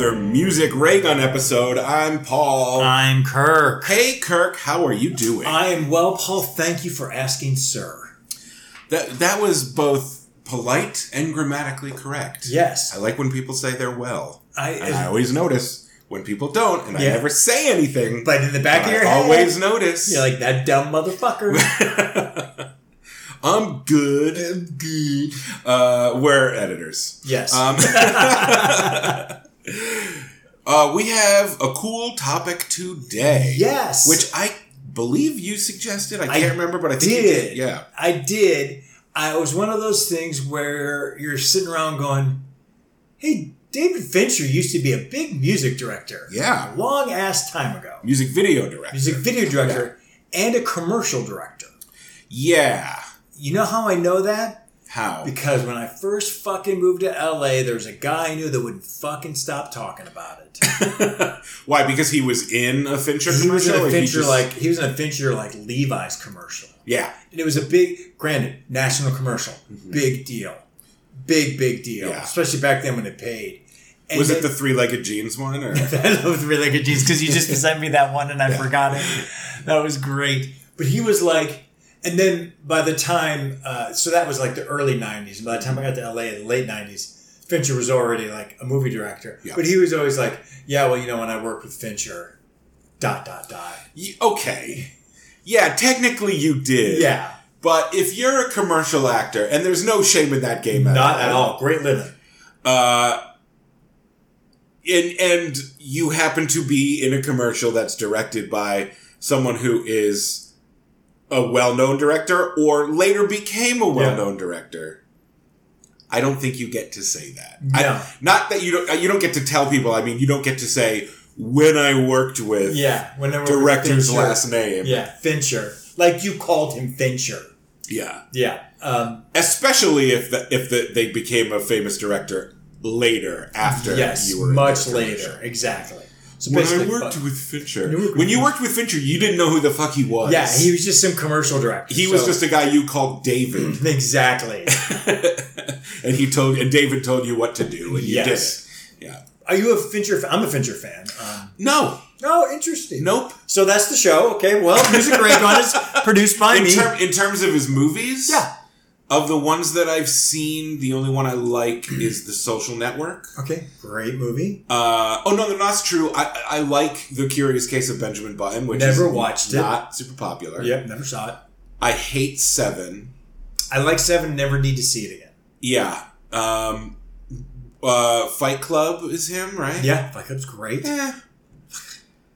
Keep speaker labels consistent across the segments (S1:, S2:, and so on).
S1: Magic Ray Gun episode. I'm Paul.
S2: I'm Kirk.
S1: hey, Kirk, how are you doing?
S2: Uh, I am well, Paul. Thank you for asking, sir.
S1: that that was both polite and grammatically correct. I
S2: Yes,
S1: like when people say they're well, and I
S2: I.
S1: always notice when people don't, and I
S2: Yeah.
S1: never say anything.
S2: But in the
S1: but
S2: back of
S1: I
S2: your head,
S1: always notice.
S2: you're like that dumb motherfucker.
S1: I'm good. good. Uh, we're editors.
S2: yes.
S1: Um, uh, we have a cool topic today.
S2: yes.
S1: Which I believe you suggested. I
S2: I
S1: can't remember, but I think you
S2: did.
S1: did. Yeah.
S2: I did. I it was one of those things where you're sitting around going, "Hey, David Fincher used to be a big music director.
S1: Yeah.
S2: A long ass time ago.
S1: Music video director.
S2: Music video director and a commercial director.
S1: Yeah.
S2: You know how I know that?
S1: How?
S2: Because when I first fucking moved to LA, there was a guy I knew that wouldn't fucking stop talking about it.
S1: Why? Because he was in a Fincher
S2: He
S1: commercial.
S2: was in a
S1: Like, he
S2: Fincher
S1: just-
S2: like he was in a Fincher like Levi's commercial,
S1: Yeah.
S2: and it was a big, granted, national commercial, big deal, big big deal,
S1: Mm-hmm. Yeah.
S2: especially back then when it paid. And
S1: was it the
S2: then-
S1: three-legged jeans one? Or
S2: I love the really good jeans because you just sent me that one and I forgot it. That was great. But he was like, and then by the time, uh, so that was like the early 90s. By the time I got to LA in the late 90s, Fincher was already like a movie director.
S1: Yeah.
S2: But he was always like, yeah, well, you know, when I worked with Fincher, dot, dot, dot.
S1: Y- okay. Yeah. Technically, you did.
S2: Yeah,
S1: But if you're a commercial actor, and there's no shame in that game at
S2: not at all. Great living.
S1: Uh, and and you happen to be in a commercial that's directed by someone who is a well-known director or later became a well-known director. I don't think you get to say that.
S2: No.
S1: I, not that you don't you don't get to tell people. I mean, you don't get to say when I worked with
S2: Yeah, whenever
S1: director's
S2: Fincher-
S1: last name.
S2: Yeah, Fincher. Like you called him Fincher.
S1: Yeah.
S2: Yeah. Um,
S1: Especially if the, if the, they became a famous director later after
S2: yes,
S1: you were in
S2: much
S1: their commercial.
S2: later. Exactly. So
S1: when I
S2: basically,
S1: worked
S2: fuck.
S1: with Fincher,
S2: You worked with
S1: when you worked with Fincher, you didn't know who the fuck he was.
S2: Yeah, he was just some commercial director.
S1: he was
S2: so-
S1: just a guy you called David,
S2: exactly.
S1: and he told and David told you what to do, and you
S2: Yes.
S1: did it. Yeah.
S2: Are you a Fincher? Fan? I'm a Fincher fan. Um,
S1: No.
S2: no, interesting.
S1: Nope.
S2: So that's the show. Okay. Well, Music Ray Gun is produced by
S1: In,
S2: me.
S1: term, in terms of his movies,
S2: yeah.
S1: of the ones that I've seen, the only one I like is The Social Network.
S2: Okay. Great movie.
S1: Uh, oh no, no, that's true. I, I like The Curious Case of Benjamin Button, which
S2: Never
S1: is
S2: watched it.
S1: not super popular.
S2: Yep. Never saw it.
S1: I hate Seven.
S2: I like Seven. Never need to see it again.
S1: Yeah. Um, uh, Fight Club is him, right?
S2: Yeah. Fight Club's great.
S1: Eh.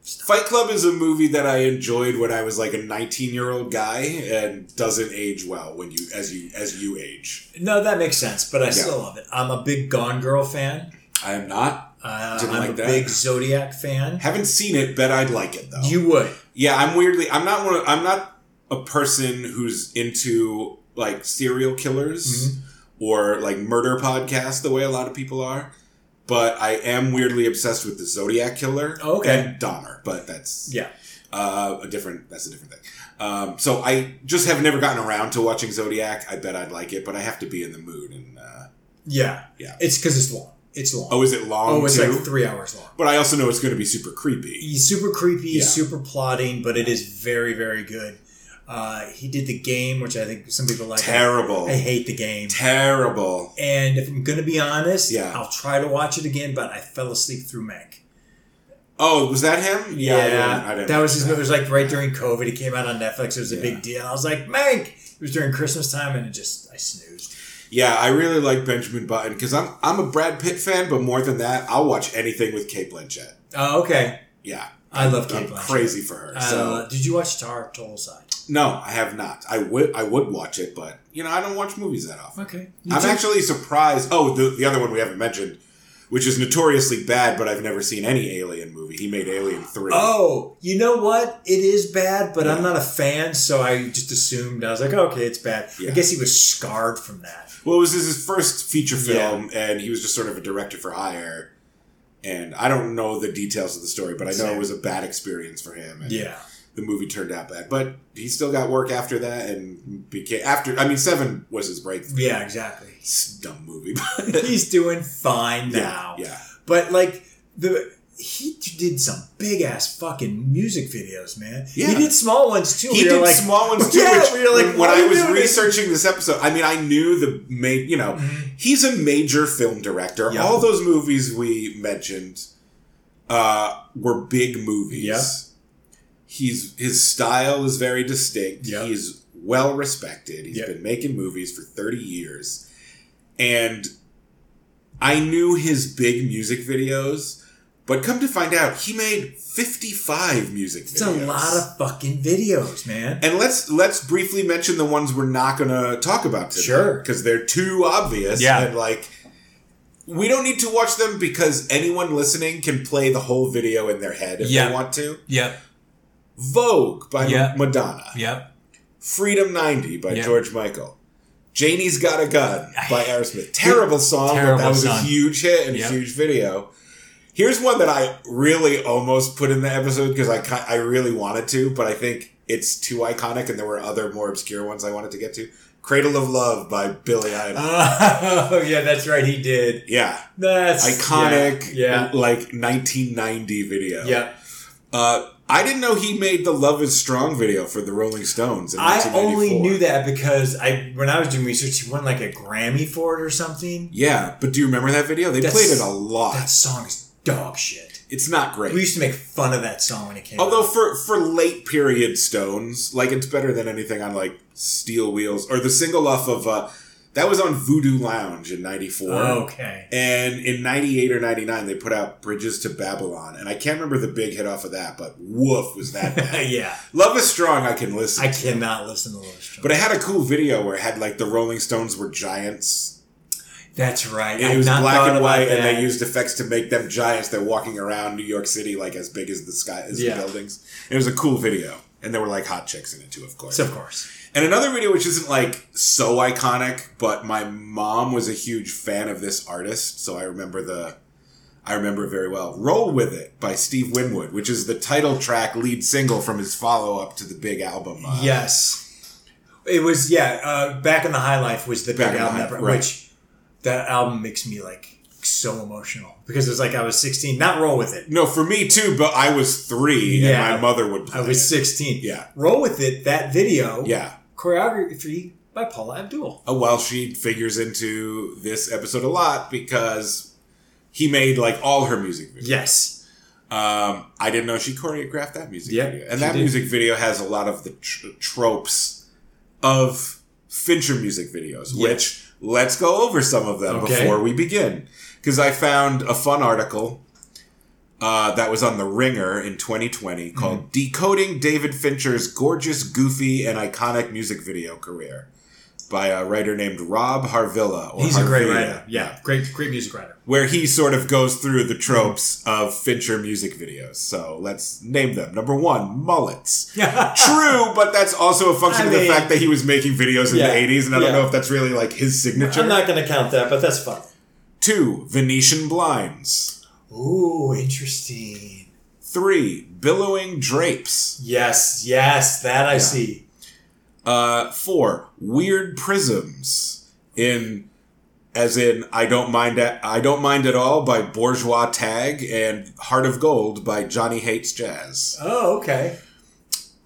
S1: Fight Club is a movie that I enjoyed when I was like a 19 year old guy and doesn't age well when you as you as you age.
S2: No, that makes sense. But I still love it. I'm a big Gone Girl fan.
S1: I am not.
S2: Uh,
S1: Didn't
S2: I'm
S1: like
S2: a
S1: that.
S2: big Zodiac fan.
S1: Haven't seen it. Bet I'd like it though.
S2: You would.
S1: yeah, I'm weirdly. I'm not one. Of, I'm not a person who's into like serial killers
S2: Mm-hmm.
S1: or like murder podcasts the way a lot of people are. But I am weirdly obsessed with the Zodiac Killer
S2: Oh, okay.
S1: and Dahmer. But that's
S2: Yeah.
S1: Uh, a different. That's a different thing. Um, so I just have never gotten around to watching Zodiac. I bet I'd like it, but I have to be in the mood. And uh,
S2: Yeah.
S1: Yeah.
S2: It's because it's long. It's long.
S1: oh, is it long
S2: oh it's
S1: too?
S2: like three hours long.
S1: but I also know it's going to be super creepy.
S2: He's super creepy,
S1: Yeah.
S2: super plotting, but it is very, very good. Uh, he did the game, which I think some people like.
S1: Terrible,
S2: I hate the game.
S1: terrible.
S2: And if I'm gonna be honest,
S1: Yeah.
S2: I'll try to watch it again, but I fell asleep through Mank.
S1: Oh, was that him? Yeah, I didn't- I didn't
S2: that was
S1: watch
S2: his. It was like right during COVID. It came out on Netflix. It was a
S1: Yeah.
S2: big deal. I was like, Mank. It was during Christmas time, and it just I snoozed.
S1: Yeah, I really like Benjamin Button because I'm I'm a Brad Pitt fan, but more than that, I'll watch anything with Kate Blanchett.
S2: Oh, okay.
S1: Yeah,
S2: I love
S1: I'm
S2: Kate Blanchett.
S1: crazy for her. so
S2: Uh, did you watch Tar Total Side?
S1: no, I have not. I would I would watch it, but you know I don't watch movies that often.
S2: Okay.
S1: I'm actually surprised. Oh, the, the other one we haven't mentioned, which is notoriously bad, but I've never seen any Alien movie. He made Alien 3.
S2: Oh, you know what? It is bad, but
S1: Yeah.
S2: I'm not a fan, so I just assumed. I was like, okay, it's bad.
S1: Yeah.
S2: I guess he was scarred from that.
S1: Well, it was his- his first feature film, and he was just sort of a director for hire. And I don't know the details of the story, but I know it
S2: Same.
S1: was a bad experience for him. And
S2: Yeah.
S1: The movie turned out bad, but he still got work after that and became after. I mean, Seven was his breakthrough.
S2: Yeah, exactly.
S1: It's a dumb movie, but
S2: He's doing fine now.
S1: yeah, yeah.
S2: But like the he did some big ass fucking music videos, man.
S1: Yeah.
S2: He did small ones too.
S1: He
S2: where
S1: did
S2: you're like,
S1: small ones too.
S2: Yeah,
S1: which
S2: where you're like,
S1: when,
S2: why
S1: I
S2: are you
S1: was
S2: doing this?
S1: researching this episode, I mean, I knew the main. You know, he's a major film director.
S2: Yeah.
S1: All those movies we mentioned uh, were big movies.
S2: Yeah.
S1: He's his style is very distinct.
S2: Yeah.
S1: He's well respected. He's
S2: Yeah.
S1: been making movies for thirty years, and I knew his big music videos. But come to find out, he made fifty-five music
S2: It's a
S1: videos.
S2: lot of fucking videos, man.
S1: And let's let's briefly mention the ones we're not going to talk about today,
S2: Sure.
S1: because they're too obvious.
S2: Yeah.
S1: and like we don't need to watch them because anyone listening can play the whole video in their head if
S3: Yeah.
S1: they want to.
S3: Yep.
S1: Vogue by
S3: Yeah.
S1: Madonna,
S3: Yep.
S1: Freedom ninety by
S3: Yeah.
S1: George Michael, Janie's Got a Gun by Aerosmith. Terrible song, but that
S3: Terrible
S1: was a
S3: song.
S1: huge hit and
S3: Yep.
S1: a huge video. Here's one that I really almost put in the episode because I ki- I really wanted to, but I think it's too iconic, and there were other more obscure ones I wanted to get to. "Cradle of Love" by Billy
S2: Uh,
S1: Idol.
S2: Oh yeah, that's right. He did.
S1: yeah,
S2: That's
S1: iconic.
S2: Yeah.
S1: like 1990 video.
S2: Yeah. yeah.
S1: Uh, I didn't know he made the "Love Is Strong" video for the Rolling Stones. In
S2: I only
S1: 1994.
S2: knew that because I, when I was doing research, he won like a Grammy for it or something.
S1: Yeah, but do you remember that video? They
S2: That's-
S1: played it a lot.
S2: That song is dog shit.
S1: It's not Oh. great.
S2: We used to make fun of that song when it came.
S1: Although
S2: out.
S1: for for late period stones, like it's better than anything on like Steel Wheels or the single off of uh that was on Voodoo Lounge in 94.
S2: Oh, okay,
S1: And in 98 or 99 they put out Bridges to Babylon and I can't remember the big hit off of that, but woof was that bad.
S2: yeah,
S1: Love is strong I can listen.
S2: I cannot listen to Love Struck.
S1: but it had a cool video where it had like the Rolling Stones were giants.
S2: That's right.
S1: It
S2: I've
S1: was
S2: not
S1: black
S2: thought
S1: and
S2: about
S1: white, and
S2: that.
S1: they used effects to make them giants. They're walking around New York City like as big as the sky, as
S2: Yeah.
S1: the buildings. It was a cool video, and there were like hot chicks in it too, of course.
S2: So, of course.
S1: And another video which isn't like so iconic, but my mom was a huge fan of this artist, so I remember the I remember it very well. Roll with It by Steve Winwood, which is the title track lead single from his follow up to the big album. uh,
S2: yes, it was. Yeah, uh, back in the High Life was the big
S1: Back in the
S2: album,
S1: High-
S2: that,
S1: right.
S2: which that album makes me like so emotional because it was like I was 16. Not roll with it.
S1: No, for me too, but I was three
S2: Yeah.
S1: and my mother would play.
S2: I was
S1: it.
S2: 16.
S1: Yeah.
S2: roll with it. That video.
S1: Yeah.
S2: choreography by Paula Abdul.
S1: Uh, well, she figures into this episode a lot because he made like all her music videos.
S2: Yes,
S1: Um, I didn't know she choreographed that music
S2: Yeah,
S1: video. And
S2: she
S1: that
S2: did.
S1: music video has a lot of the tr- tropes of Fincher music videos,
S2: Yeah.
S1: which let's go over some of them
S2: Okay.
S1: before we begin. Because I found a fun article uh, that was on The Ringer in 2020
S2: Mm-hmm.
S1: called Decoding David Fincher's Gorgeous, Goofy, and Iconic Music Video Career by a writer named Rob Harvilla. or
S2: he's a great
S1: Harvilla
S2: writer. Yeah, great, great music writer.
S1: where he sort of goes through the tropes of Fincher music videos. So let's name them. Number one, mullets. True, but that's also a function
S2: I
S1: of the
S2: mean-
S1: fact that he was making videos in
S2: Yeah,
S1: the 80s, and I don't
S2: yeah.
S1: know if that's really like his signature.
S2: I'm not going to count that, but that's fun.
S1: Two, Venetian blinds.
S2: Ooh, interesting.
S1: Three, billowing drapes.
S2: Yes, yes, that I see.
S1: Uh, four, weird prisms. In as in I don't mind at, I don't mind at all by Bourgeois Tag and Heart of Gold by Johnny Hates Jazz.
S2: Oh, okay.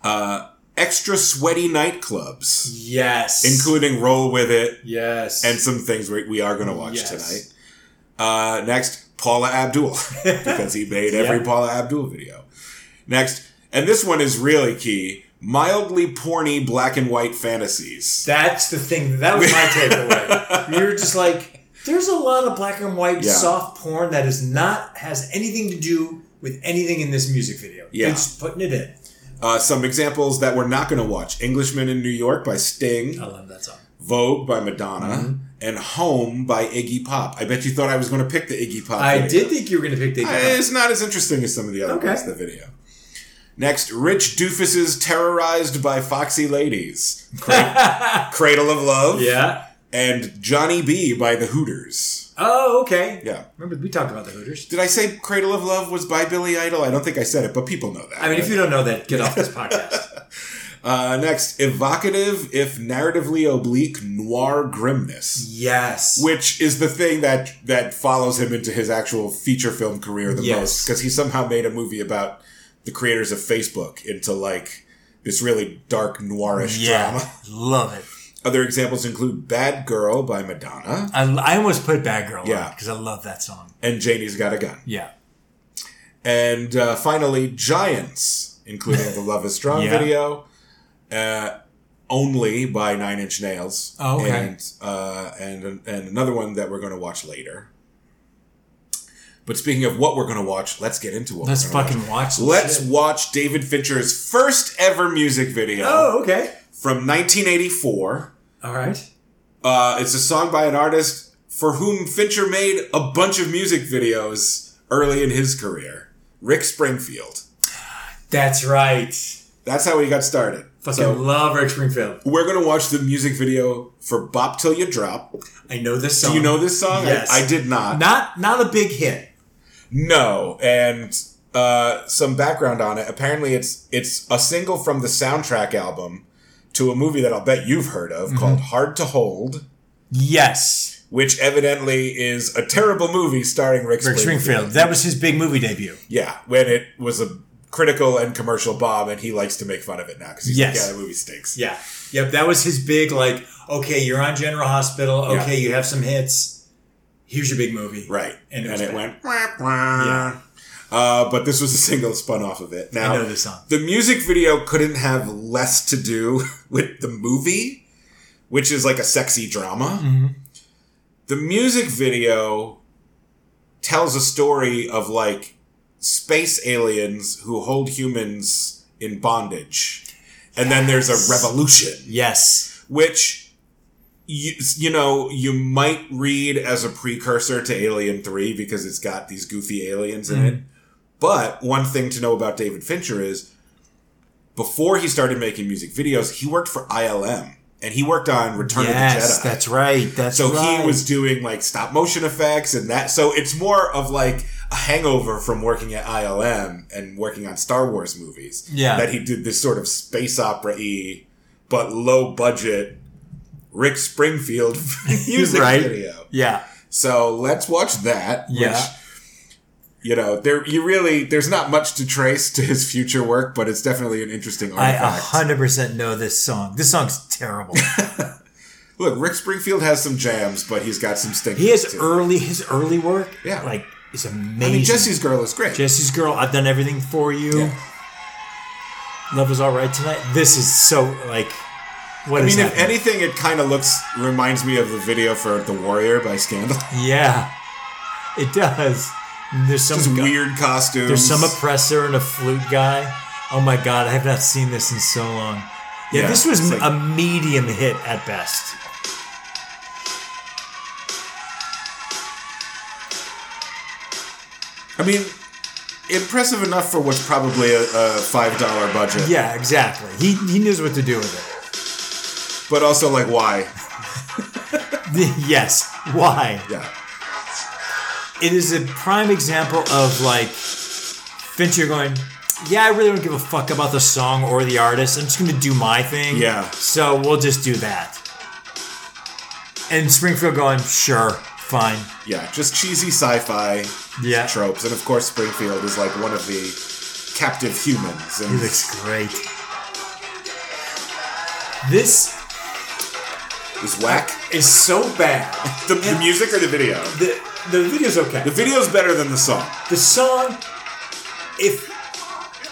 S1: uh, extra sweaty nightclubs,
S2: Yes.
S1: including Roll With It
S2: Yes.
S1: and some things we, we are going to watch
S2: Yes.
S1: tonight. Uh, next, Paula Abdul, because he made every
S2: Yeah.
S1: Paula Abdul video. Next, and this one is really key mildly porny black and white fantasies.
S2: that's the thing. That was my takeaway. You're just like, there's a lot of black and white
S1: Yeah.
S2: soft porn that is not has anything to do with anything in this music video.
S1: Yeah.
S2: They're just putting it in.
S1: Uh, some examples that we're not going to watch Englishman in New York by Sting,
S2: I love that song.
S1: Vogue by Madonna,
S2: Mm-hmm.
S1: and Home by Iggy Pop. I bet you thought I was going to pick the Iggy Pop.
S2: I
S1: video.
S2: did think you were going to pick the.
S1: Uh, It's not as interesting as some of the other
S2: Okay.
S1: parts of the video. Next, rich doofuses terrorized by foxy ladies. Cra- Cradle of Love.
S2: yeah.
S1: And Johnny B by the Hooters.
S2: Oh, okay.
S1: Yeah.
S2: Remember, we talked about the Hooters.
S1: Did I say Cradle of Love was by Billy Idol? I don't think I said it, but people know that.
S2: I mean, if you don't know that, get off this podcast.
S1: Uh, next, evocative, if narratively oblique, noir grimness,
S2: Yes.
S1: which is the thing that that follows him into his actual feature film career the
S2: Yes.
S1: most, because he somehow made a movie about the creators of Facebook into like this really dark noirish drama.
S2: Love it.
S1: Other examples include Bad Girl by Madonna
S2: I, I almost put Bad Girl
S1: Yeah.
S2: on because I love that song.
S1: and Janie's Got a Gun.
S2: Yeah.
S1: And uh, finally, Giants, including the Love is Strong
S2: Yeah.
S1: video, uh, only by Nine Inch Nails.
S2: Oh, okay.
S1: And, uh, and, and another one that we're going to watch later. But speaking of what we're going to watch, let's get into what
S2: Let's
S1: we're gonna
S2: fucking watch
S1: watch.
S2: this
S1: Let's
S2: shit.
S1: watch David Fincher's first ever music video
S2: Oh, okay.
S1: from 1984.
S2: All right.
S1: Uh, it's a song by an artist for whom Fincher made a bunch of music videos early in his career. Rick Springfield.
S2: That's right.
S1: That's how he got started.
S2: Fucking
S1: So
S2: love Rick Springfield.
S1: we're gonna watch the music video for "Bop Till You Drop."
S2: I know this song.
S1: Do you know this song? I-
S2: Yes.
S1: I, did not.
S2: Not not a big hit.
S1: No, and uh, some background on it. Apparently, it's it's a single from the soundtrack album to a movie that I'll bet you've heard of
S2: Mm-hmm.
S1: called "Hard to Hold,"
S2: Yes.
S1: which evidently is a terrible movie starring Rick,
S2: Rick Springfield. That was his big movie debut.
S1: Yeah, when it was a critical and commercial bomb, and he likes to make fun of it now because he's
S2: Yes.
S1: like, "Yeah, the movie stinks."
S2: Yeah. Yep. That was his big like. Okay, you're on General Hospital.
S1: Yeah.
S2: Okay, you have some hits. Here's your big movie.
S1: Right.
S2: And
S1: And,
S2: it
S1: it,
S2: was bad.
S1: went. "Wah, wah."
S2: Yeah.
S1: Uh, but this was a single spun off of it.
S2: I know
S1: Now,
S2: this song.
S1: the music video couldn't have less to do with the movie, which is like a sexy drama. The music video tells a story of like space aliens who hold humans in bondage. And then there's a revolution
S2: Yes.
S1: which you, you know you might read as a precursor to Alien 3 because it's got these goofy aliens in
S2: Mm-hmm.
S1: it. But one thing to know about David Fincher is before he started making music videos, he worked for ILM and he worked on Return
S2: yes.
S1: of the Jedi.
S2: That's right. That's
S1: so
S2: right.
S1: he was doing like stop motion effects and that. So it's more of like a hangover from working at ILM and working on Star Wars movies.
S2: Yeah.
S1: That he did this sort of space opera y, but low budget Rick Springfield music
S2: Right.
S1: video.
S2: Yeah.
S1: So let's watch that.
S2: Yeah.
S1: you know, there you really there's not much to trace to his future work, but it's definitely an interesting
S2: I
S1: artifact.
S2: a hundred percent know this song. This song's terrible.
S1: Look, Rick Springfield has some jams, but he's got some stinkers
S2: He has
S1: too.
S2: early his early work.
S1: Yeah.
S2: like is
S1: I
S2: amazing.
S1: mean, Jesse's girl is great.
S2: Jesse's girl. I've done everything for you.
S1: Yeah.
S2: Love is all right tonight. This is so like. What
S1: I
S2: is
S1: mean, if
S2: happening?
S1: anything, it kind of looks reminds me of the video for "The Warrior" by Scandal.
S2: Oh Yeah, it does. There's some
S1: Just
S2: gu-
S1: weird costumes.
S2: There's some oppressor and a flute guy. Oh my god, I have not seen this in so long. Yeah,
S1: Yeah,
S2: this was
S1: it's like-
S2: a medium hit at best.
S1: I mean, impressive enough for what's probably a, a five dollar budget.
S2: Yeah, exactly. He he knows what to do with it.
S1: But also, like, why?
S2: yes. Why?
S1: Yeah.
S2: It is a prime example of like Fincher going, yeah, I really don't give a fuck about the song or the artist. I'm just going to do my thing.
S1: Yeah.
S2: So we'll just do that. And Springfield going, sure, fine.
S1: Yeah. Just cheesy sci-fi
S2: Yeah.
S1: tropes, and of course, Springfield is like one of the captive humans.
S2: He
S1: And
S2: looks great. This
S1: is whack.
S2: is so bad.
S1: The, the music or the video?
S2: The, the video's okay.
S1: The video's better than the song.
S2: The song, if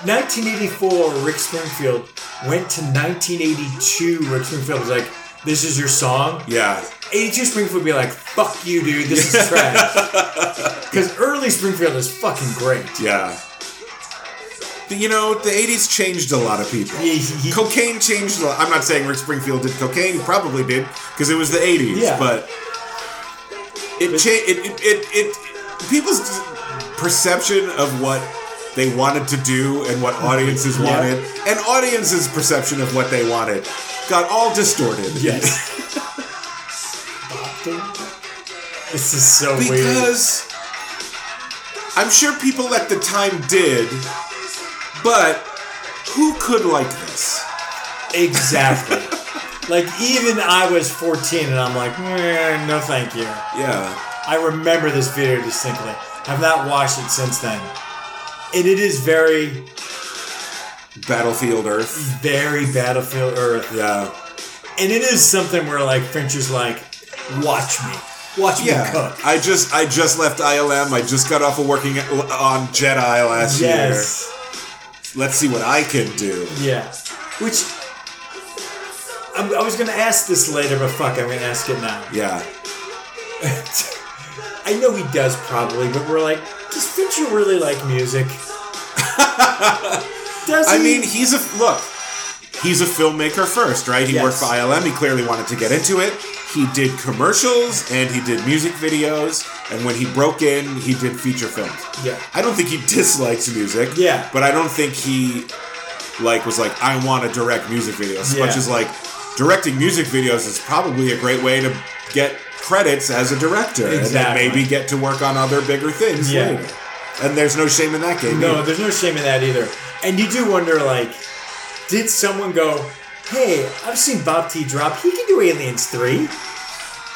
S2: 1984 Rick Springfield went to 1982, Rick Springfield was like, "This is your song."
S1: Yeah.
S2: 82 Springfield would be like, "Fuck you, dude. This is trash." Because early Springfield is fucking great.
S1: Yeah. The- You know, the 80s changed a lot of people.
S2: He- he-
S1: cocaine changed a lot. I'm not saying Rick Springfield did cocaine, he probably did, because it was the 80s,
S2: Yeah.
S1: but it changed. It, it, it, it, people's perception of what they wanted to do and what audiences
S2: Yeah.
S1: wanted, and audiences' perception of what they wanted, got all distorted.
S2: this is so weird.
S1: because I'm sure people at the time did, but who could like this?
S2: Exactly. like even I was 14 and I'm like, "Eh, no, thank you.
S1: Yeah.
S2: I remember this video distinctly. I've not watched it since then. And it is very,
S1: Battlefield Earth.
S2: very Battlefield Earth.
S1: Yeah.
S2: And it is something where like Fincher's like, watch me. Watch me
S1: Yeah.
S2: cook.
S1: I just I just left ILM. I just got off of working at, on Jedi last
S2: Yes.
S1: year. Let's see what I can do.
S2: Yeah. Which I'm, I was gonna ask this later, but fuck, I'm gonna ask it now.
S1: Yeah.
S2: I know he does probably, but we're like, does Fincher really like music? does he?
S1: I mean, he's a look. He's a filmmaker first, right? He
S2: Yes.
S1: worked for ILM. He clearly wanted to get into it. He did commercials and he did music videos. And when he broke in, he did feature films.
S2: yeah,
S1: I don't think he dislikes music.
S2: Yeah.
S1: But I don't think he like was like I want to direct music videos. As much
S2: Yeah.
S1: as like directing music videos is probably a great way to get credits as a director and then
S2: Exactly.
S1: maybe get to work on other bigger things
S2: Yeah.
S1: later. And there's no shame in that game.
S2: no,
S1: either.
S2: there's no shame in that either. And you do wonder, like, did someone go, "Hey, I've seen Bob T. Drop. He can do Aliens 3.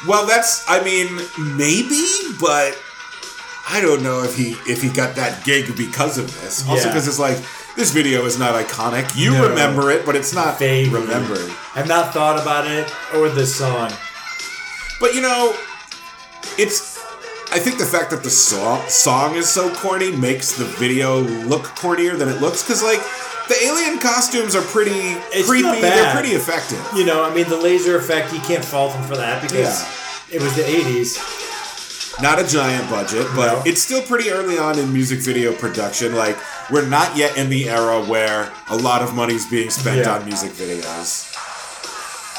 S1: Well, that's I mean maybe, but I don't know if he if he got that gig because of this. Also
S2: Yeah.
S1: because it's like this video is not iconic. You
S2: No.
S1: remember it, but it's not
S2: Vaguely.
S1: remembered.
S2: I've not thought about it or the song.
S1: But you know, it's. I think the fact that the song song is so corny makes the video look cornier than it looks. Because like the alien costumes are pretty
S2: It's
S1: creepy.
S2: not
S1: They're
S2: bad.
S1: pretty effective.
S2: You know, I mean, the laser effect. You can't fault him for that because it was the 80s.
S1: Not a giant budget, but
S2: No.
S1: it's still pretty early on in music video production. Like we're not yet in the era where a lot of money's being spent
S2: Yeah.
S1: on music videos.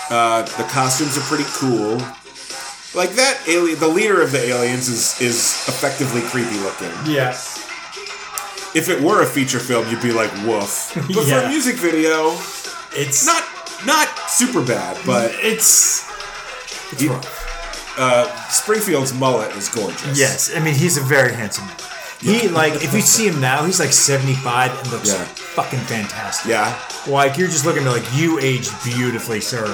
S1: Uh, the costumes are pretty cool. Like that alien, the leader of the aliens is is effectively creepy looking.
S2: Yeah.
S1: if it were a feature film, you'd be like, woof. But for a
S2: Yeah.
S1: music video,
S2: It's
S1: not not super bad, but
S2: It's. It's
S1: You-
S2: rough.
S1: uh, Springfield's mullet is gorgeous.
S2: Yes, I mean he's a very handsome man. He like if you see him now, he's like seventy five and looks
S1: Yeah.
S2: fucking fantastic.
S1: Yeah.
S2: Like you're just looking at like you aged beautifully, sir.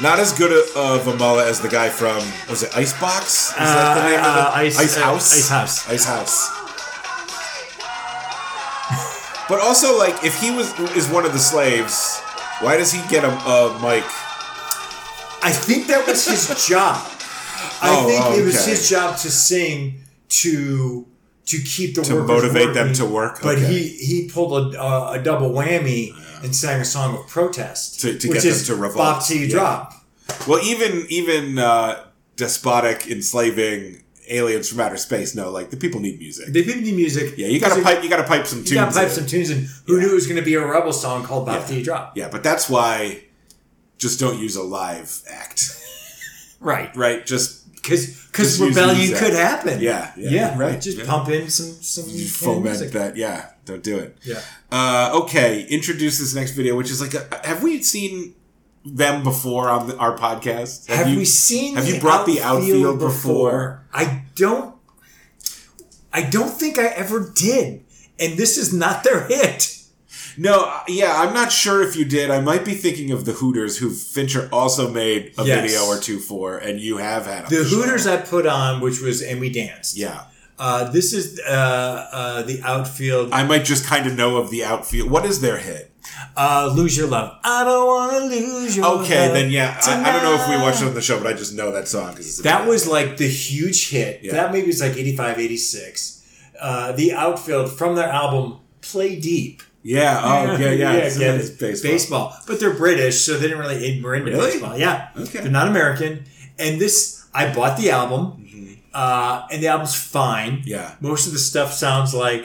S1: Not as good a- of a mullet as the guy from was it Icebox? Is that the
S2: Uh,
S1: name of
S2: uh,
S1: it?
S2: Ice-
S1: Ice
S2: uh,
S1: House.
S2: Ice House.
S1: Ice House. but also, like, if he was is one of the slaves, why does he get a, a mic?
S2: I think that was his job. I
S1: Oh,
S2: think it was
S1: okay.
S2: his job to sing to to keep the
S1: To
S2: workers
S1: motivate them
S2: working,
S1: to work?
S2: But
S1: Okay.
S2: he he pulled a, uh, a double whammy and sang a song of protest
S1: To- to
S2: which
S1: get them
S2: is
S1: to revolt.
S2: Bob T.
S1: Yeah.
S2: Drop.
S1: Well, even even uh, despotic, enslaving aliens from outer space. No, like the people need music.
S2: They didn't need music.
S1: Yeah, you gotta
S2: because
S1: pipe. You gotta pipe some tunes.
S2: You gotta pipe
S1: in.
S2: some tunes in. Who
S1: Yeah.
S2: knew it was gonna be a rebel song called Bob T. Drop?
S1: Yeah, but that's why. Just don't use a live act,
S2: Right.
S1: right? Just
S2: Because
S1: Just
S2: because
S1: use
S2: rebellion
S1: music.
S2: could happen.
S1: Yeah, yeah,
S2: Yeah.
S1: right,
S2: Just
S1: yeah.
S2: pump in some some
S1: you
S2: kind of
S1: foment
S2: music.
S1: that. Yeah, don't do it.
S2: Yeah.
S1: Uh, okay, introduce this next video, which is like, a, have we seen them before on the, our podcast?
S2: Have,
S1: you-
S2: we seen?
S1: have you brought the outfield before?
S2: I don't. I don't think I ever did, and this is not their hit.
S1: No, uh, yeah, I'm not sure if you did. I might be thinking of the Hooters, who Fincher also made a
S2: Yes.
S1: video or two for, and you have had on
S2: The
S1: show.
S2: Hooters I put on, which was and we danced.
S1: Yeah,
S2: Uh, this is uh, uh, the outfield.
S1: I might just kind of know of the outfield. What is their hit?
S2: Uh, lose your love. I don't want to lose your love.
S1: Okay, then yeah, I, I don't know if we
S2: tonight.
S1: watched it on the show, but I just know that song because
S2: That was like the huge hit.
S1: Yeah.
S2: That maybe was like 85, 86. Uh, the outfield from their album Play Deep.
S1: yeah. Oh yeah, yeah. It's-
S2: yeah,
S1: it's baseball.
S2: But they're British, so they didn't really they were into
S1: Really?
S2: baseball. Yeah.
S1: Okay.
S2: They're not American. And this, I bought the album, uh, and the album's fine.
S1: Mm-hmm. Yeah.
S2: Most of the stuff sounds like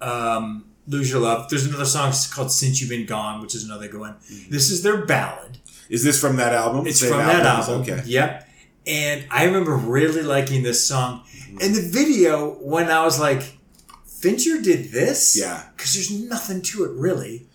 S2: um, Lose Your Love. There's another song called Since You've Been Gone, which is another good one.
S1: Mm-hmm.
S2: This is their ballad.
S1: Is this from that album?
S2: It's
S1: Same
S2: from that album.
S1: albums? Okay.
S2: Yep. And I remember really liking this song. And the video, when I was like, Fincher did this?
S1: Yeah.
S2: Because there's nothing to it, really.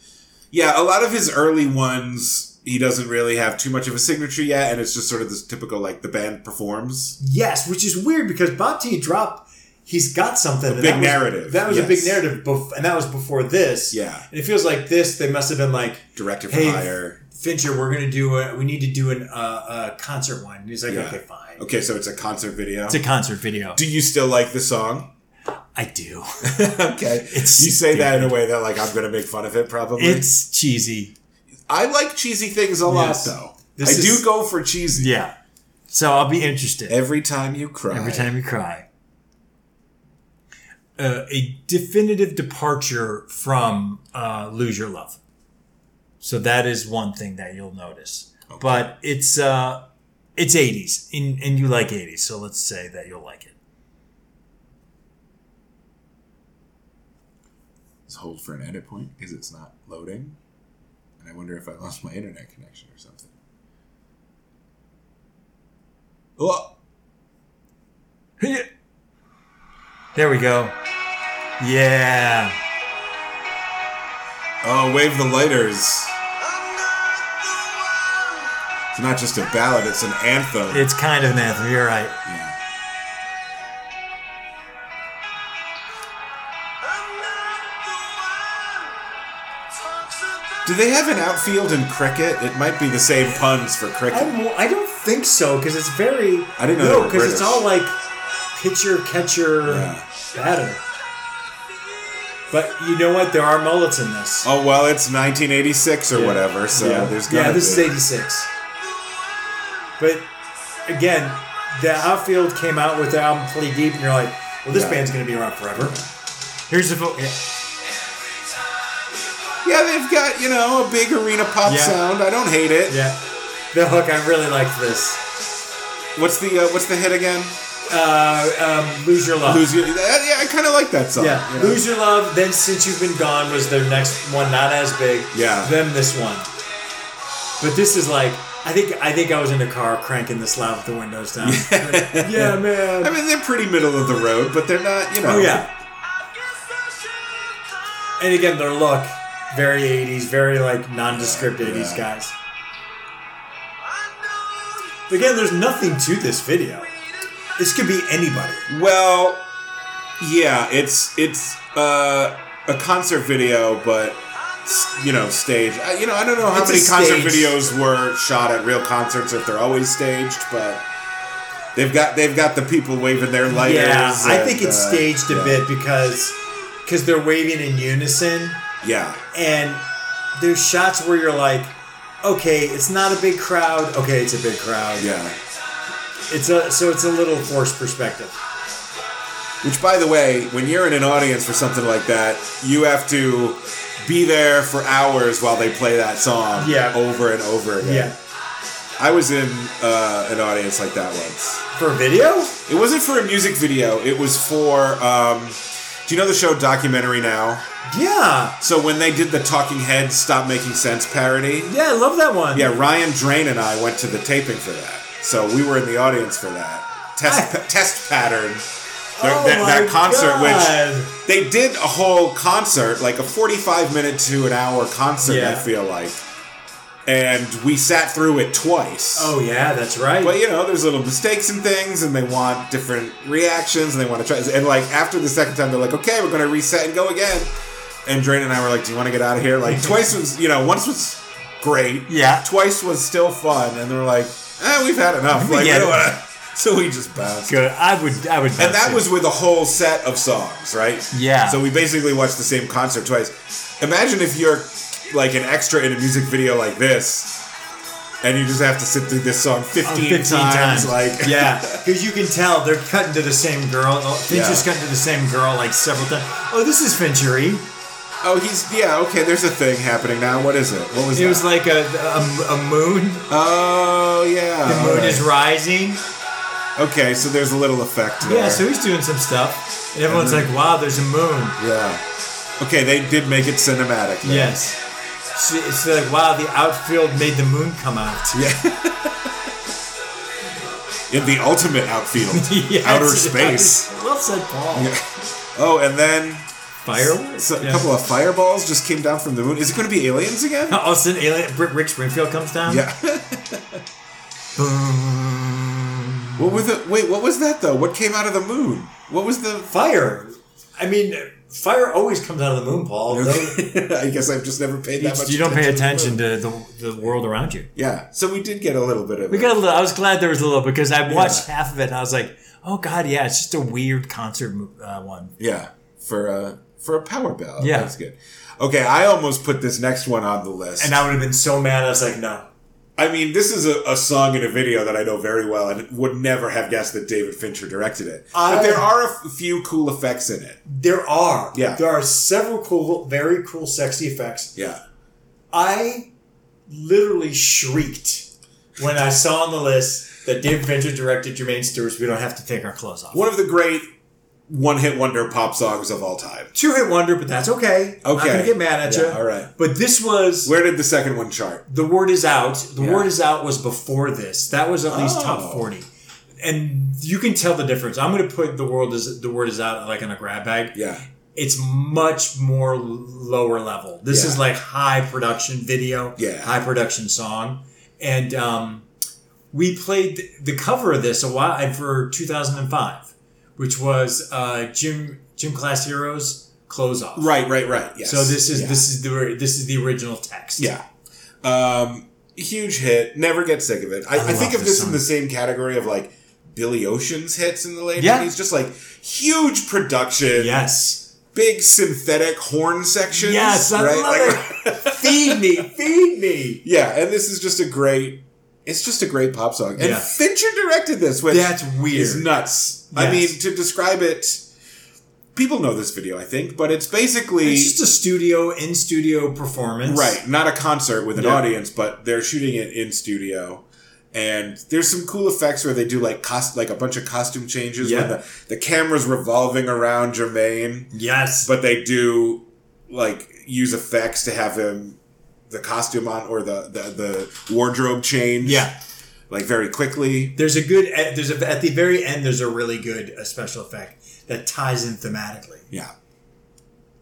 S1: Yeah, a lot of his early ones, he doesn't really have too much of a signature yet, and it's just sort of this typical like the band performs.
S2: Yes, which is weird because Bob T. Drop he's got something. and
S1: big
S2: that was-
S1: narrative,
S2: That was a big
S1: yes.
S2: narrative, bef- and that was before this.
S1: Yeah.
S2: And it feels like this. They must have been like,
S1: Director for
S2: Hey,
S1: hire.
S2: Fincher, we're gonna do a, we need to do an uh, uh, concert one. And he's like,
S1: Yeah.
S2: okay, fine.
S1: Okay, so it's a concert video.
S2: It's a concert video.
S1: Do you still like the song?
S2: I do.
S1: okay.
S2: It's
S1: you say that in a
S2: stupid.
S1: way that like I'm gonna make fun of it probably.
S2: It's cheesy.
S1: I like cheesy things a lot
S2: Yes.
S1: though.
S2: This
S1: I
S2: is-
S1: do go for cheesy.
S2: Yeah. So I'll be interested.
S1: Every time you cry.
S2: Every time you cry. Uh, a definitive departure from uh, Lose Your Love. So that is one thing that you'll notice. But it's uh, it's 80s, and, and you like 80s, so let's say that you'll like it.
S1: Let's hold for an edit point because it's not loading. And I wonder if I lost my internet connection or something. Oh,
S2: There we go. Yeah.
S1: oh wave the lighters. It's not just a ballad, it's an anthem.
S2: It's kind of an anthem. You're right.
S1: Yeah. Do they have an outfield in cricket? It might be the same puns for cricket.
S2: I'm, I don't think so because it's very.
S1: I didn't know they
S2: No,
S1: were
S2: because it's
S1: British.
S2: all like pitcher, catcher,
S1: Yeah.
S2: batter. But you know what? There are mullets in this.
S1: Oh well, it's 1986 or
S2: Yeah.
S1: whatever, so there's gonna
S2: yeah. This is
S1: be-
S2: '86. But again, the outfield came out with the album "Play Deep," and you're like, "Well, this
S1: Yeah.
S2: band's gonna be around forever." Here's the vote. Yeah.
S1: Yeah, they've got you know a big arena pop
S2: Yeah.
S1: sound. I don't hate it.
S2: yeah. The hook. I really liked this.
S1: What's the uh, what's the hit again?
S2: Uh, um, Lose your love.
S1: Lose you. Yeah, I kind of like that song.
S2: Yeah,
S1: you know?
S2: Lose Your Love, then Since You've Been Gone was their next one, not as big.
S1: Yeah.
S2: Then this one. But this is like, I think I think I was in a car cranking this loud with the windows down. yeah, man.
S1: I mean, they're pretty middle of the road, but they're not. You know.
S2: oh, yeah. And again, their look, very 80s, very like nondescript 80s
S1: Yeah.
S2: guys. Again, there's nothing to this video. This could be anybody.
S1: Well, yeah, it's it's uh, a concert video, but s- you know, stage. I, you know, I don't know how
S2: It's a
S1: many concert
S2: stage.
S1: videos were shot at real concerts or if they're always staged, but they've got they've got the people waving their lighters.
S2: yeah, I
S1: and,
S2: think it's
S1: uh,
S2: staged a
S1: yeah.
S2: bit because because they're waving in unison.
S1: Yeah,
S2: and there's shots where you're like, okay, it's not a big crowd. Okay, it's a big crowd.
S1: yeah.
S2: It's a so it's a little forced perspective.
S1: Which, by the way, when you're in an audience for something like that, you have to be there for hours while they play that song
S2: Yeah.
S1: over and over
S2: Yeah.
S1: again. I was in uh, an audience like that once.
S2: For a video?
S1: It wasn't for a music video. It was for. Um, do you know the show Documentary Now?
S2: Yeah.
S1: So when they did the Talking Heads Stop Making Sense parody,
S2: Yeah, I love that one.
S1: yeah, Ryan Drain and I went to the taping for that. So we were in the audience for that test pa- test pattern. Their-
S2: Oh
S1: that, that
S2: my
S1: concert,
S2: God.
S1: which they did a whole concert, like a forty-five minute to an hour concert, I
S2: Yeah.
S1: feel like, and we sat through it twice.
S2: Oh yeah, that's right.
S1: But you know, there's little mistakes and things, and they want different reactions, and they want to try. And like after the second time, they're like, "Okay, we're gonna reset and go again." And Drain and I were like, "Do you want to get out of here?" Like twice was, you know, once was great,
S2: Yeah.
S1: Twice was still fun, and they were like, eh, "We've had enough."
S2: We
S1: Like, we
S2: get
S1: don't
S2: it.
S1: wanna. So we just bounced.
S2: Good. I would I would
S1: And that was with a whole set of songs, right?
S2: Yeah.
S1: So we basically watched the same concert twice. Imagine if you're like an extra in a music video like this, and you just have to sit through this song 15, times, Like,
S2: Oh, yeah, because you can tell they're cutting to the same girl. Oh, Fincher's
S1: Yeah.
S2: cutting to the same girl like several times. Oh, this is Finchery.
S1: oh, he's yeah, okay. There's a thing happening now. What is it? What was
S2: It
S1: that?
S2: was like a a, a moon.
S1: oh yeah,
S2: The moon
S1: alright.
S2: is rising.
S1: okay. So there's a little effect. There.
S2: Yeah, so he's doing some stuff, and everyone's
S1: Mhm.
S2: like, "Wow, there's a moon."
S1: yeah. Okay, they did make it cinematic. there.
S2: Yes. So it's like, "Wow, the outfield made the moon come out."
S1: Yeah. In the ultimate outfield,
S2: Yes.
S1: outer space.
S2: I love said Paul.
S1: Yeah. Oh, and then
S2: Fireworks.
S1: So,
S2: Yeah.
S1: A couple of fireballs just came down from the moon. Is it going to be aliens again?
S2: All of a sudden, alien Rick Rick Springfield comes down.
S1: Yeah.
S2: Boom.
S1: What were the wait? What was that though? What came out of the moon? What was the?
S2: Fire. I mean, fire always comes out of the moon, Paul. Though-
S1: I guess I've just never paid that much.
S3: you don't pay attention
S1: the
S3: to the, the world around you.
S1: movie. yeah, so we did get a little bit of.
S3: We
S1: it.
S3: got a little. I was glad there was a little because I watched half of it and I was like, "Oh God, yeah, it's just a weird concert mo- uh, one."
S1: Yeah, for a for a power ballad.
S3: Yeah.
S1: that's good. Okay, I almost put this next one on the list.
S2: and I would have been so mad. I was like, no.
S1: I mean, this is a, a song and a video that I know very well, and would never have guessed that David Fincher directed it.
S2: I-
S1: but there are a f- few cool effects in it.
S2: There are.
S1: Yeah.
S2: There are several cool, very cool, sexy effects.
S1: Yeah,
S2: I literally shrieked when I saw on the list that David Fincher directed Jermaine Stewart's We Don't Have to Take Our Clothes Off.
S1: one of the great one-hit wonder pop songs of all time.
S2: Two hit wonder, but that's okay. I'm not
S1: Okay.
S2: going to get mad at
S1: Yeah,
S2: you.
S1: all right.
S2: But this was.
S1: Where did the second one chart?
S2: The Word Is Out. The
S1: Yeah.
S2: Word Is Out was before this. That was at least
S1: Oh.
S2: top 40. And you can tell the difference. I'm going to put The World Is The Word Is Out like in a grab bag.
S1: Yeah,
S2: It's much more l- lower level. This
S1: Yeah.
S2: is like high production video,
S1: Yeah.
S2: high production song. And um, we played th- the cover of this a while for 2005, which was uh, Jim Jim Class Heroes Close Off.
S1: right, right, right. Yes.
S2: Oh. So this is
S1: Yeah.
S2: this is the this is the original text.
S1: Yeah. Um, huge hit. Never get sick of it. I, I,
S3: love
S1: think of
S3: this
S1: this in
S3: song.
S1: the same category of like Billy Ocean's hits in the late
S3: Yeah.
S1: 90s. Just like huge production.
S2: Yes.
S1: Big synthetic horn sections.
S2: Yes, I
S1: right?
S2: love
S1: Like-
S2: it. feed me, feed me.
S1: yeah, and this is just a great. It's just a great pop song. And
S2: Yeah.
S1: Fincher directed this, which
S2: That's weird.
S1: is nuts. I
S2: Yes.
S1: mean, to describe it, people know this video, I think, but it's basically.
S2: It's just a studio in studio performance,
S1: Right, not a concert with an
S2: Yeah.
S1: audience, but they're shooting it in studio. And there's some cool effects where they do like cost like a bunch of costume changes
S2: Yeah.
S1: when the, the camera's revolving around Jermaine,
S2: Yes,
S1: but they do like use effects to have him the costume on or the the, the wardrobe change.
S2: yeah.
S1: Like very quickly.
S2: There's a good. at- There's a at the very end. There's a really good uh special effect that ties in thematically.
S1: Yeah.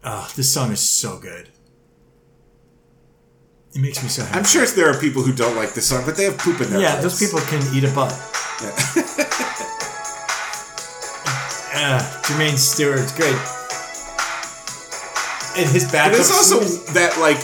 S2: Oh, this song is so good. It makes me so happy.
S1: I'm sure there are people who don't like this song, but they have poop in their
S3: Yeah,
S1: throats.
S3: those people can eat a butt.
S2: Uh, Jermaine Stewart's great. And his
S1: And
S2: backup.
S1: there's also
S2: singers-
S1: that like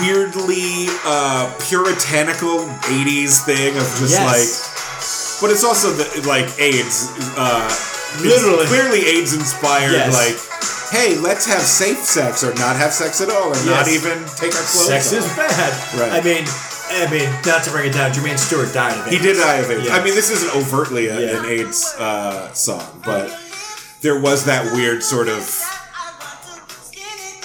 S1: weirdly uh, puritanical '80s thing of just
S2: Yes.
S1: like, but it's also the, like AIDS, uh, it's
S2: Literally.
S1: clearly AIDS inspired.
S2: Yes.
S1: Like, hey, let's have safe sex or not have sex at all, or not
S2: Yes.
S1: even take our clothes
S2: sex
S1: off.
S2: is bad.
S1: Right.
S2: I mean, I mean, not to bring it down. Jermaine Stewart died of it.
S1: He did die of AIDS.
S2: Yeah.
S1: I mean, this isn't overtly a,
S2: Yeah.
S1: an AIDS uh, song, but there was that weird sort of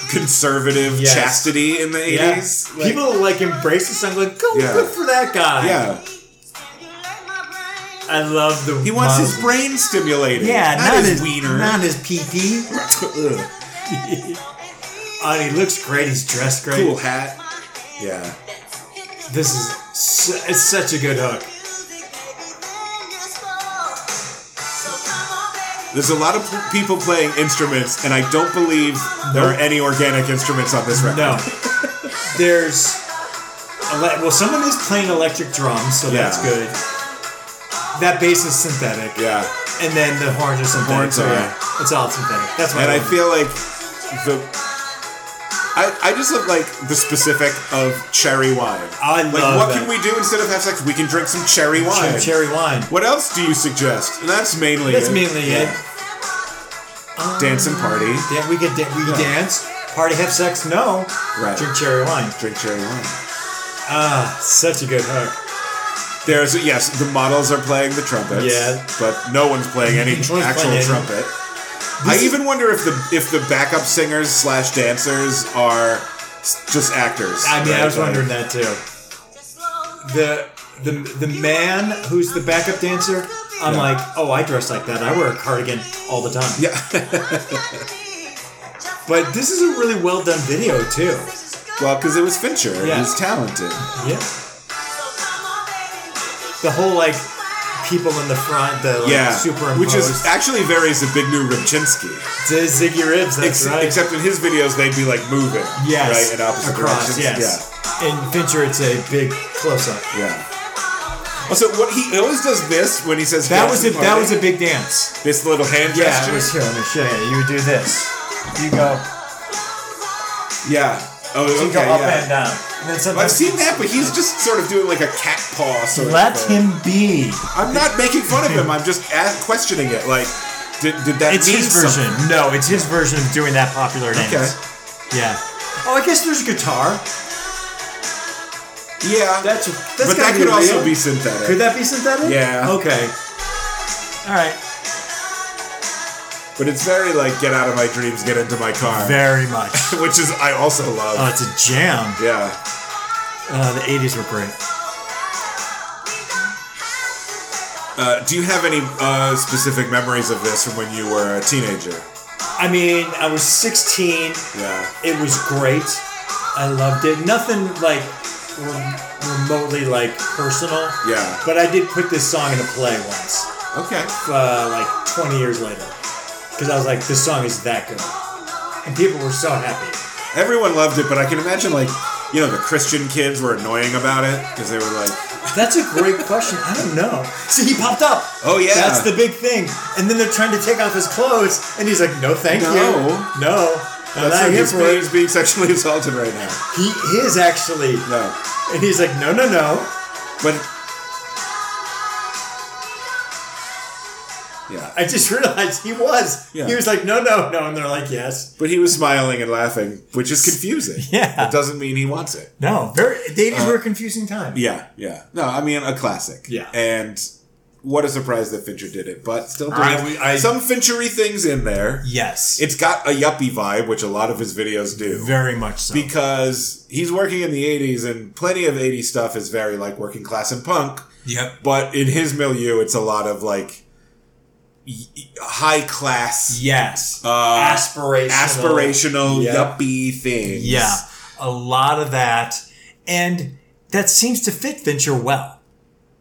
S1: conservative
S2: Yes.
S1: chastity in the
S2: Yeah.
S1: 80s. Like,
S2: People like embrace the song, like, go
S1: Yeah.
S2: look for that guy.
S1: yeah.
S2: I love the.
S1: He wants his
S2: Miles-
S1: brain stimulated.
S3: Yeah,
S1: not, his, wiener.
S3: not his pee pee.
S1: Ugh.
S2: Uh, he looks great. He's dressed great.
S1: cool hat. Yeah,
S2: This is su- it's such a good hook.
S1: there's a lot of p- people playing instruments, and I don't believe there are any organic instruments on this record.
S2: No, there's. Ele- well, someone is playing electric drums, so
S1: Yeah.
S2: that's good. That bass is synthetic.
S1: Yeah,
S2: And then the horns are synthetic.
S1: Horns
S2: so
S1: are-
S2: yeah, It's all synthetic. That's why.
S1: and I
S2: love it.
S1: feel like the I I just love like the specific of cherry wine.
S2: I
S1: like
S2: love
S1: what
S2: that.
S1: can we do instead of have sex? We can drink some cherry
S2: Cherry-
S1: wine.
S2: cherry wine.
S1: What else do you suggest? And that's mainly
S2: That's
S1: it.
S2: mainly it.
S1: Dance and party.
S2: Yeah, we could da- we could dance, party, have sex. No,
S1: Right.
S2: drink cherry wine.
S1: Drink cherry wine.
S2: Ah, such a good hook.
S1: There's yes, the models are playing the trumpets.
S2: Yeah.
S1: but no one's playing any
S2: No one's
S1: actual
S2: playing any.
S1: trumpet. I
S2: is-
S1: even wonder if the if the backup singers slash dancers are s- just actors.
S2: I mean, I
S1: right?
S2: was
S1: Like,
S2: wondering that too. The the the man who's the backup dancer. I'm
S1: Yeah.
S2: like, oh, I dress like that. I wear a cardigan all the time.
S1: Yeah,
S2: But this is a really well done video too.
S1: well, because it was Fincher.
S2: Yeah.
S1: He's talented.
S2: Yeah. The whole like people in the front, the like,
S1: yeah,
S2: superimposed,
S1: which is actually varies a big new Rybczynski.
S2: to Ziggy Ribs. That's
S1: Ex-
S2: right.
S1: Except in his videos, they'd be like moving,
S2: yes,
S1: right, in opposite
S2: across.
S1: directions.
S2: Yes. In Fincher, it's a big close up.
S1: Yeah, yeah. Also, what he, he always does this when he says
S4: That
S1: dance
S4: was a
S1: party.
S4: that was a big dance.
S1: this little hand
S4: Yeah,
S1: gesture.
S4: it was here. Let me show you. You would do this. You go.
S1: yeah. Oh,
S4: You
S1: okay.
S4: go up
S1: yeah.
S4: and down. And then
S1: I've
S4: sometimes
S1: seen that, but he's just sort of doing like a cat paw. Sort of
S4: Let
S1: thing.
S4: him be.
S1: I'm not making fun of him. I'm just a questioning it. Like, did, did that
S3: It's
S1: mean
S3: his version.
S1: something?
S3: No, it's his version of doing that popular dance.
S1: Okay.
S3: Yeah.
S4: Oh, I guess there's a guitar.
S1: Yeah.
S4: That's that's
S1: but
S4: gotta
S1: that could
S4: be
S1: also
S4: real.
S1: be synthetic.
S4: Could that be synthetic?
S1: Yeah.
S4: Okay.
S3: All right.
S1: but it's very like, get out of my dreams, get into my car.
S3: Very much.
S1: which is, I also love.
S2: uh,
S3: Oh, it's a jam.
S1: yeah.
S3: Uh, the 80s were great.
S1: Uh, do you have any uh, specific memories of this from when you were a teenager?
S2: I mean, I was 16.
S1: Yeah.
S2: It was great. I loved it. Nothing like rem- remotely like personal.
S1: Yeah.
S2: But I did put this song in a play once,
S1: Okay.
S2: uh, like 20 years later, because I was like, this song is that good, and people were so happy.
S1: Everyone loved it, but I can imagine like, you know, the Christian kids were annoying about it because they were like,
S2: That's a great question. I don't know. See, he popped up.
S1: Oh, yeah.
S2: That's the big thing. And then they're trying to take off his clothes, and he's like, "No, thank
S1: No.
S2: you. No,
S1: that's
S2: I'm not
S1: like
S2: here
S1: he's
S2: for
S1: being,
S2: it."
S1: he's being sexually assaulted right now.
S2: He is actually,
S1: No.
S2: and he's like, "No, no, no."
S1: But. Yeah.
S2: I just realized he was.
S1: Yeah.
S2: He was like, "No, no, no," and they're like, "Yes."
S1: But he was smiling and laughing, which is confusing.
S3: Yeah.
S1: It doesn't mean he wants it.
S3: No, very. The 80s were a confusing time.
S1: Uh, Yeah, yeah. No, I mean, a classic.
S2: Yeah.
S1: And what a surprise that Fincher did it, but still doing
S2: I- we- I-
S1: some Finchery things in there.
S3: Yes.
S1: It's got a yuppie vibe, which a lot of his videos do.
S3: very much so.
S1: because he's working in the 80s and plenty of 80s stuff is very like working class and punk
S3: yep.
S1: but in his milieu it's a lot of like y- y- high class
S3: Yes.
S1: uh,
S2: Aspirational.
S1: aspirational
S2: Yeah.
S1: yuppie things
S3: yeah. A lot of that. And that seems to fit Venture well.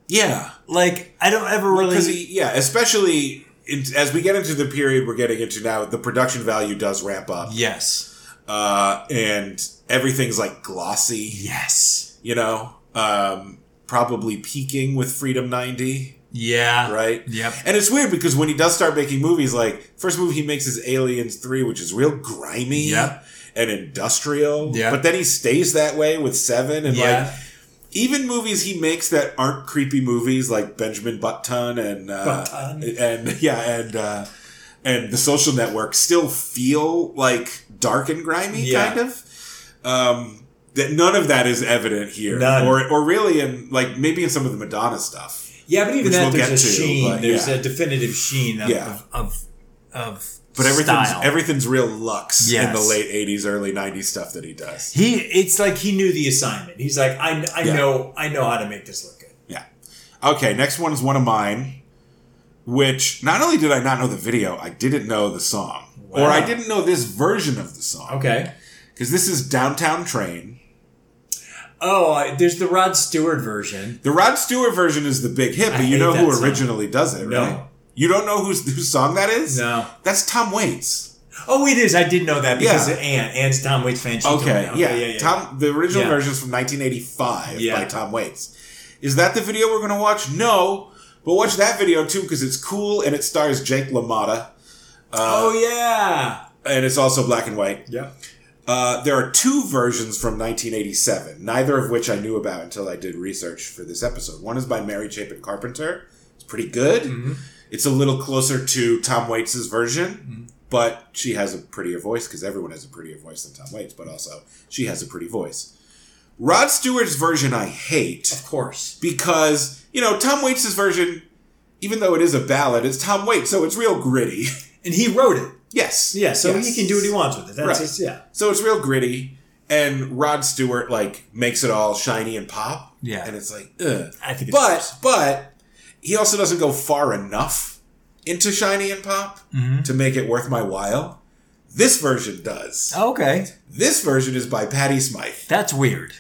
S1: yeah
S3: Like, I don't ever really.
S1: because he yeah especially in, as we get into the period we're getting into now the production value does ramp up
S3: yes.
S1: uh, and everything's like glossy
S3: Yes.
S1: you know um, probably peaking with freedom 90
S3: Yeah.
S1: right
S3: Yep.
S1: And it's weird because when he does start making movies, like first movie he makes is Aliens Three, which is real grimy
S3: Yeah.
S1: and industrial.
S3: Yeah.
S1: But then he stays that way with Seven and
S3: Yeah.
S1: like even movies he makes that aren't creepy movies like Benjamin Button and uh,
S2: Button.
S1: and yeah and uh, and The Social Network still feel like dark and grimy
S2: Yeah.
S1: kind of. Um, that none of that is evident here,
S2: None.
S1: or or really in like maybe in some of the Madonna stuff.
S2: Yeah, but even
S1: Which
S2: that
S1: we'll
S2: there's a
S1: get to,
S2: sheen.
S1: but
S2: there's
S1: yeah.
S2: a definitive sheen. Of,
S1: Yeah.
S3: Of, of,
S1: But everything's
S3: style.
S1: everything's real lux in
S3: Yes.
S1: the late '80s, early '90s stuff that he does.
S2: He. It's like he knew the assignment. He's like, I, I
S1: Yeah.
S2: know, I know how to make this look good.
S1: Yeah. Okay, next one is one of mine, which not only did I not know the video, I didn't know the song,
S2: Wow.
S1: or I didn't know this version of the song.
S2: Okay.
S1: because this is Downtown Train.
S2: Oh, I, there's the Rod Stewart version.
S1: The Rod Stewart version is the big hit, but
S2: I
S1: you
S2: hate
S1: know
S2: that
S1: who
S2: song.
S1: originally does it,
S2: No.
S1: right? You don't know whose whose song that is?
S2: No.
S1: that's Tom Waits.
S2: Oh, it is. I did know that because
S1: Yeah.
S2: of Anne. Anne's Tom Waits fan. She told me.
S1: Okay, yeah.
S2: yeah, yeah.
S1: Tom, the original
S2: Yeah.
S1: version is from 1985 by
S2: Yeah.
S1: Tom Waits. Is that the video we're going to watch? No, but watch that video too because it's cool and it stars Jake LaMotta
S2: oh yeah.
S1: and it's also black and white.
S2: Yeah.
S1: Uh, there are two versions from 1987, neither of which I knew about until I did research for this episode. One is by Mary Chapin Carpenter. It's pretty
S2: Mm-hmm.
S1: good.
S3: Mm-hmm.
S1: It's a little closer to Tom Waits' version,
S2: Mm-hmm.
S1: but she has a prettier voice because everyone has a prettier voice than Tom Waits, but also she has a pretty voice. Rod Stewart's version I hate
S2: Of course.
S1: because, you know, Tom Waits' version, even though it is a ballad, it's Tom Waits, so it's real gritty.
S2: And he wrote it.
S1: yes.
S2: Yeah. So
S1: Yes.
S2: he can do what he wants with it. That's
S1: Right.
S2: his- yeah.
S1: So it's real gritty, and Rod Stewart like makes it all shiny and pop.
S3: Yeah.
S1: and it's like, ugh.
S3: I think it's
S1: but but he also doesn't go far enough into shiny and pop
S3: Mm-hmm.
S1: to make it worth my while. This version does.
S3: Okay.
S1: This version is by Patti Smythe,
S3: That's weird.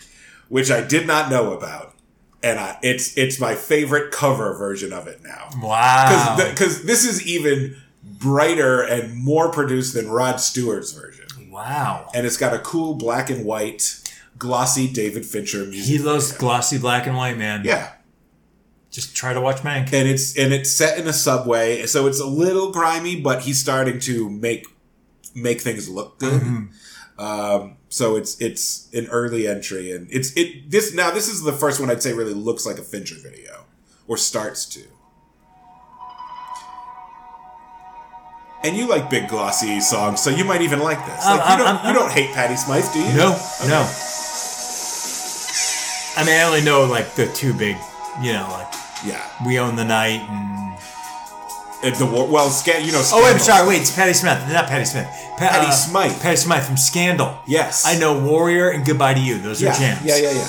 S1: which I did not know about, and I, it's it's my favorite cover version of it now
S3: Wow.
S1: because this is even brighter and more produced than Rod Stewart's version
S3: wow.
S1: and it's got a cool black and white glossy David Fincher music.
S3: He loves glossy black and white, man.
S1: yeah.
S3: Just try to watch Mank.
S1: and it's and it's set in a subway, so it's a little grimy, but he's starting to make make things look good.
S3: Mm-hmm.
S1: Um, so it's it's an early entry, and it's it this now this is the first one I'd say really looks like a Fincher video or starts to. And you like big glossy songs, so you might even like this.
S3: Um,
S1: Like, you
S3: I'm-
S1: don't
S3: I'm-
S1: you don't hate Patty Smythe, do you?
S3: No, no. I mean, I only know like the two big, you know, like
S1: Yeah.
S3: We Own the Night and
S1: And the war, well, sca- you know.
S3: Oh, I'm
S1: Scandal.
S3: sorry. Wait, it's Patty Smith. Not Patty Smith. Pa-
S1: Patty
S3: uh,
S1: Smythe.
S3: Patty Smythe from Scandal.
S1: Yes.
S3: I know Warrior and Goodbye to You. Those are
S1: Yeah.
S3: jams.
S1: Yeah. Yeah. Yeah.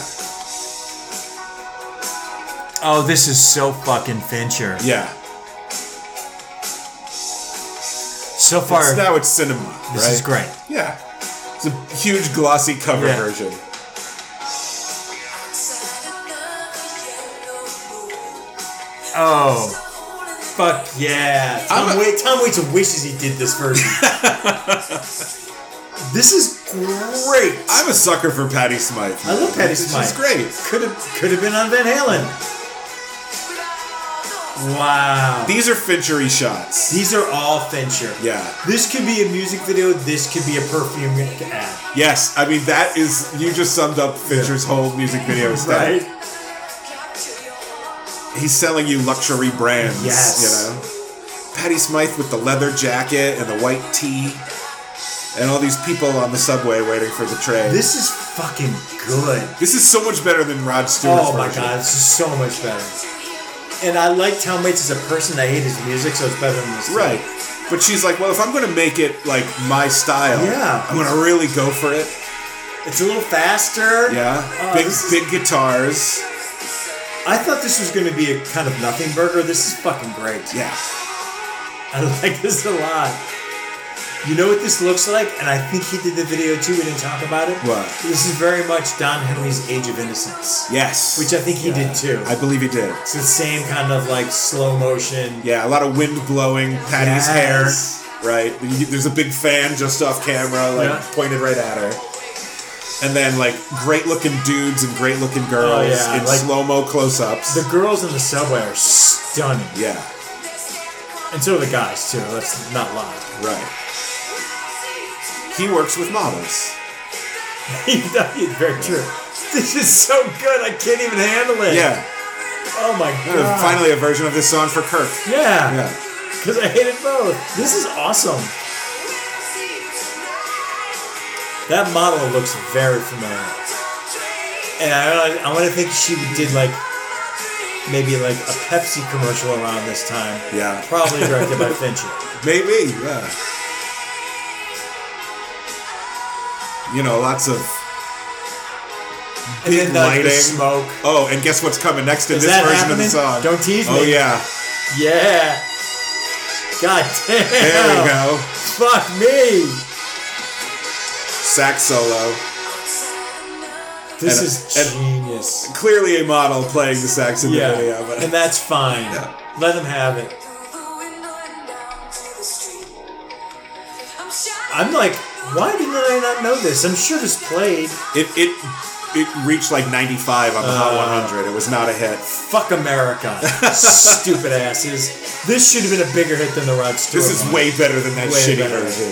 S3: Oh, this is so fucking Fincher.
S1: Yeah.
S3: So far,
S1: It's, now it's cinema.
S3: this
S1: right?
S3: is great.
S1: Yeah. It's a huge glossy cover
S3: Yeah.
S1: version.
S3: Oh, fuck yeah.
S2: Tom,
S1: I'm a-
S2: Wait, Tom Waits wishes he did this version. this is great.
S1: I'm a sucker for Patty Smythe.
S2: I love Patti
S1: She's
S2: Smythe.
S1: great.
S2: Could have could have been on Van Halen. Wow.
S1: These are Finchery shots.
S2: These are all Fincher.
S1: Yeah.
S2: This could be a music video. This could be a perfume ad.
S1: Yes, I mean that is you just summed up Fincher's whole music video aesthetic. He's selling you luxury brands.
S2: Yes.
S1: You know. Patty Smythe with the leather jacket and the white tee. And all these people on the subway waiting for the train. This,
S2: This is fucking good.
S1: is so much better than Rod Stewart's
S2: Oh my
S1: version.
S2: god, this is so much better. And I like Tom Waits as a person. I hate his music, so it's better than this.
S1: Right. But she's like, well, if I'm going to make it like my style,
S2: Yeah.
S1: I'm going to really go for it.
S2: It's a little faster.
S1: Yeah.
S2: Oh,
S1: big
S2: this is-
S1: big guitars.
S2: I thought this was going to be a kind of nothing burger. This is fucking great.
S1: Yeah.
S2: I like this a lot. You know what this looks like, and I think he did the video too. We didn't talk about it.
S1: What?
S2: This is very much Don Henley's Age of Innocence,
S1: Yes.
S2: which I think he did too.
S1: I believe he did.
S2: It's the same kind of like slow motion.
S1: Yeah, a lot of wind blowing, Patty's
S2: Yes.
S1: hair, right? You- There's a big fan just off camera, like
S2: Yeah.
S1: pointed right at her. And then like great looking dudes and great looking girls
S2: Oh, yeah,
S1: in
S2: like-
S1: slow mo close ups.
S2: The girls in the subway are stunning,
S1: yeah,
S2: and so are the guys too. Let's not lie.
S1: right. He works with models.
S2: It's very true. This is so good. I can't even handle it.
S1: Yeah.
S2: Oh my
S1: Uh,
S2: god.
S1: Finally, a version of this song for Kirk.
S2: Yeah.
S1: Yeah.
S2: Because I hated both. This is awesome. That model looks very familiar. And I, I want to think she did like maybe like a Pepsi commercial around this time.
S1: Yeah.
S2: Probably directed by Fincher.
S1: Maybe, yeah. You know, lots of.
S2: And then like, the
S1: lighting.
S2: smoke.
S1: Oh, and guess what's coming next in
S2: Is
S1: this
S2: that
S1: version of the
S2: happening?
S1: song?
S2: Don't tease
S1: Oh
S2: me.
S1: yeah,
S2: Yeah. God damn.
S1: there we go.
S2: Fuck me.
S1: Sax solo.
S2: This
S1: And-
S2: is
S1: and-
S2: genius.
S1: Clearly a model playing the sax in
S2: Yeah.
S1: the video, but
S2: and that's fine.
S1: Yeah.
S2: Let them have it. I'm like, why didn't I not know this? I'm sure this played.
S1: it it it reached like 95 on the
S2: Uh.
S1: Hot 100. It was not a hit.
S2: Fuck America, stupid asses. This should have been a bigger hit than the Rod Stewart.
S1: This is
S2: one.
S1: way better than that
S2: Way
S1: shitty
S2: better.
S1: version.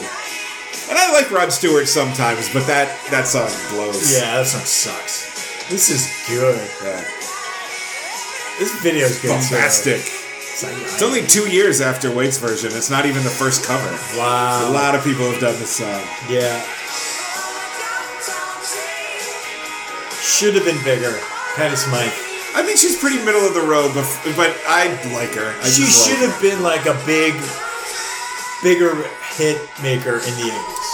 S1: And I like Rod Stewart sometimes, but that that song blows.
S2: Yeah, that song sucks. This is good.
S1: yeah.
S2: This video's good. too.
S1: bombastic.
S2: It's like,
S1: It's only two years after Waits' version. It's not even the first cover. A
S2: wow.
S1: lot of people have done this song.
S2: Yeah, should have been bigger. Patty Smythe.
S1: I mean, she's pretty middle of the road, but, but I like her. I
S2: She
S1: just like
S2: should
S1: her.
S2: have been like a big, bigger hit maker in the eighties.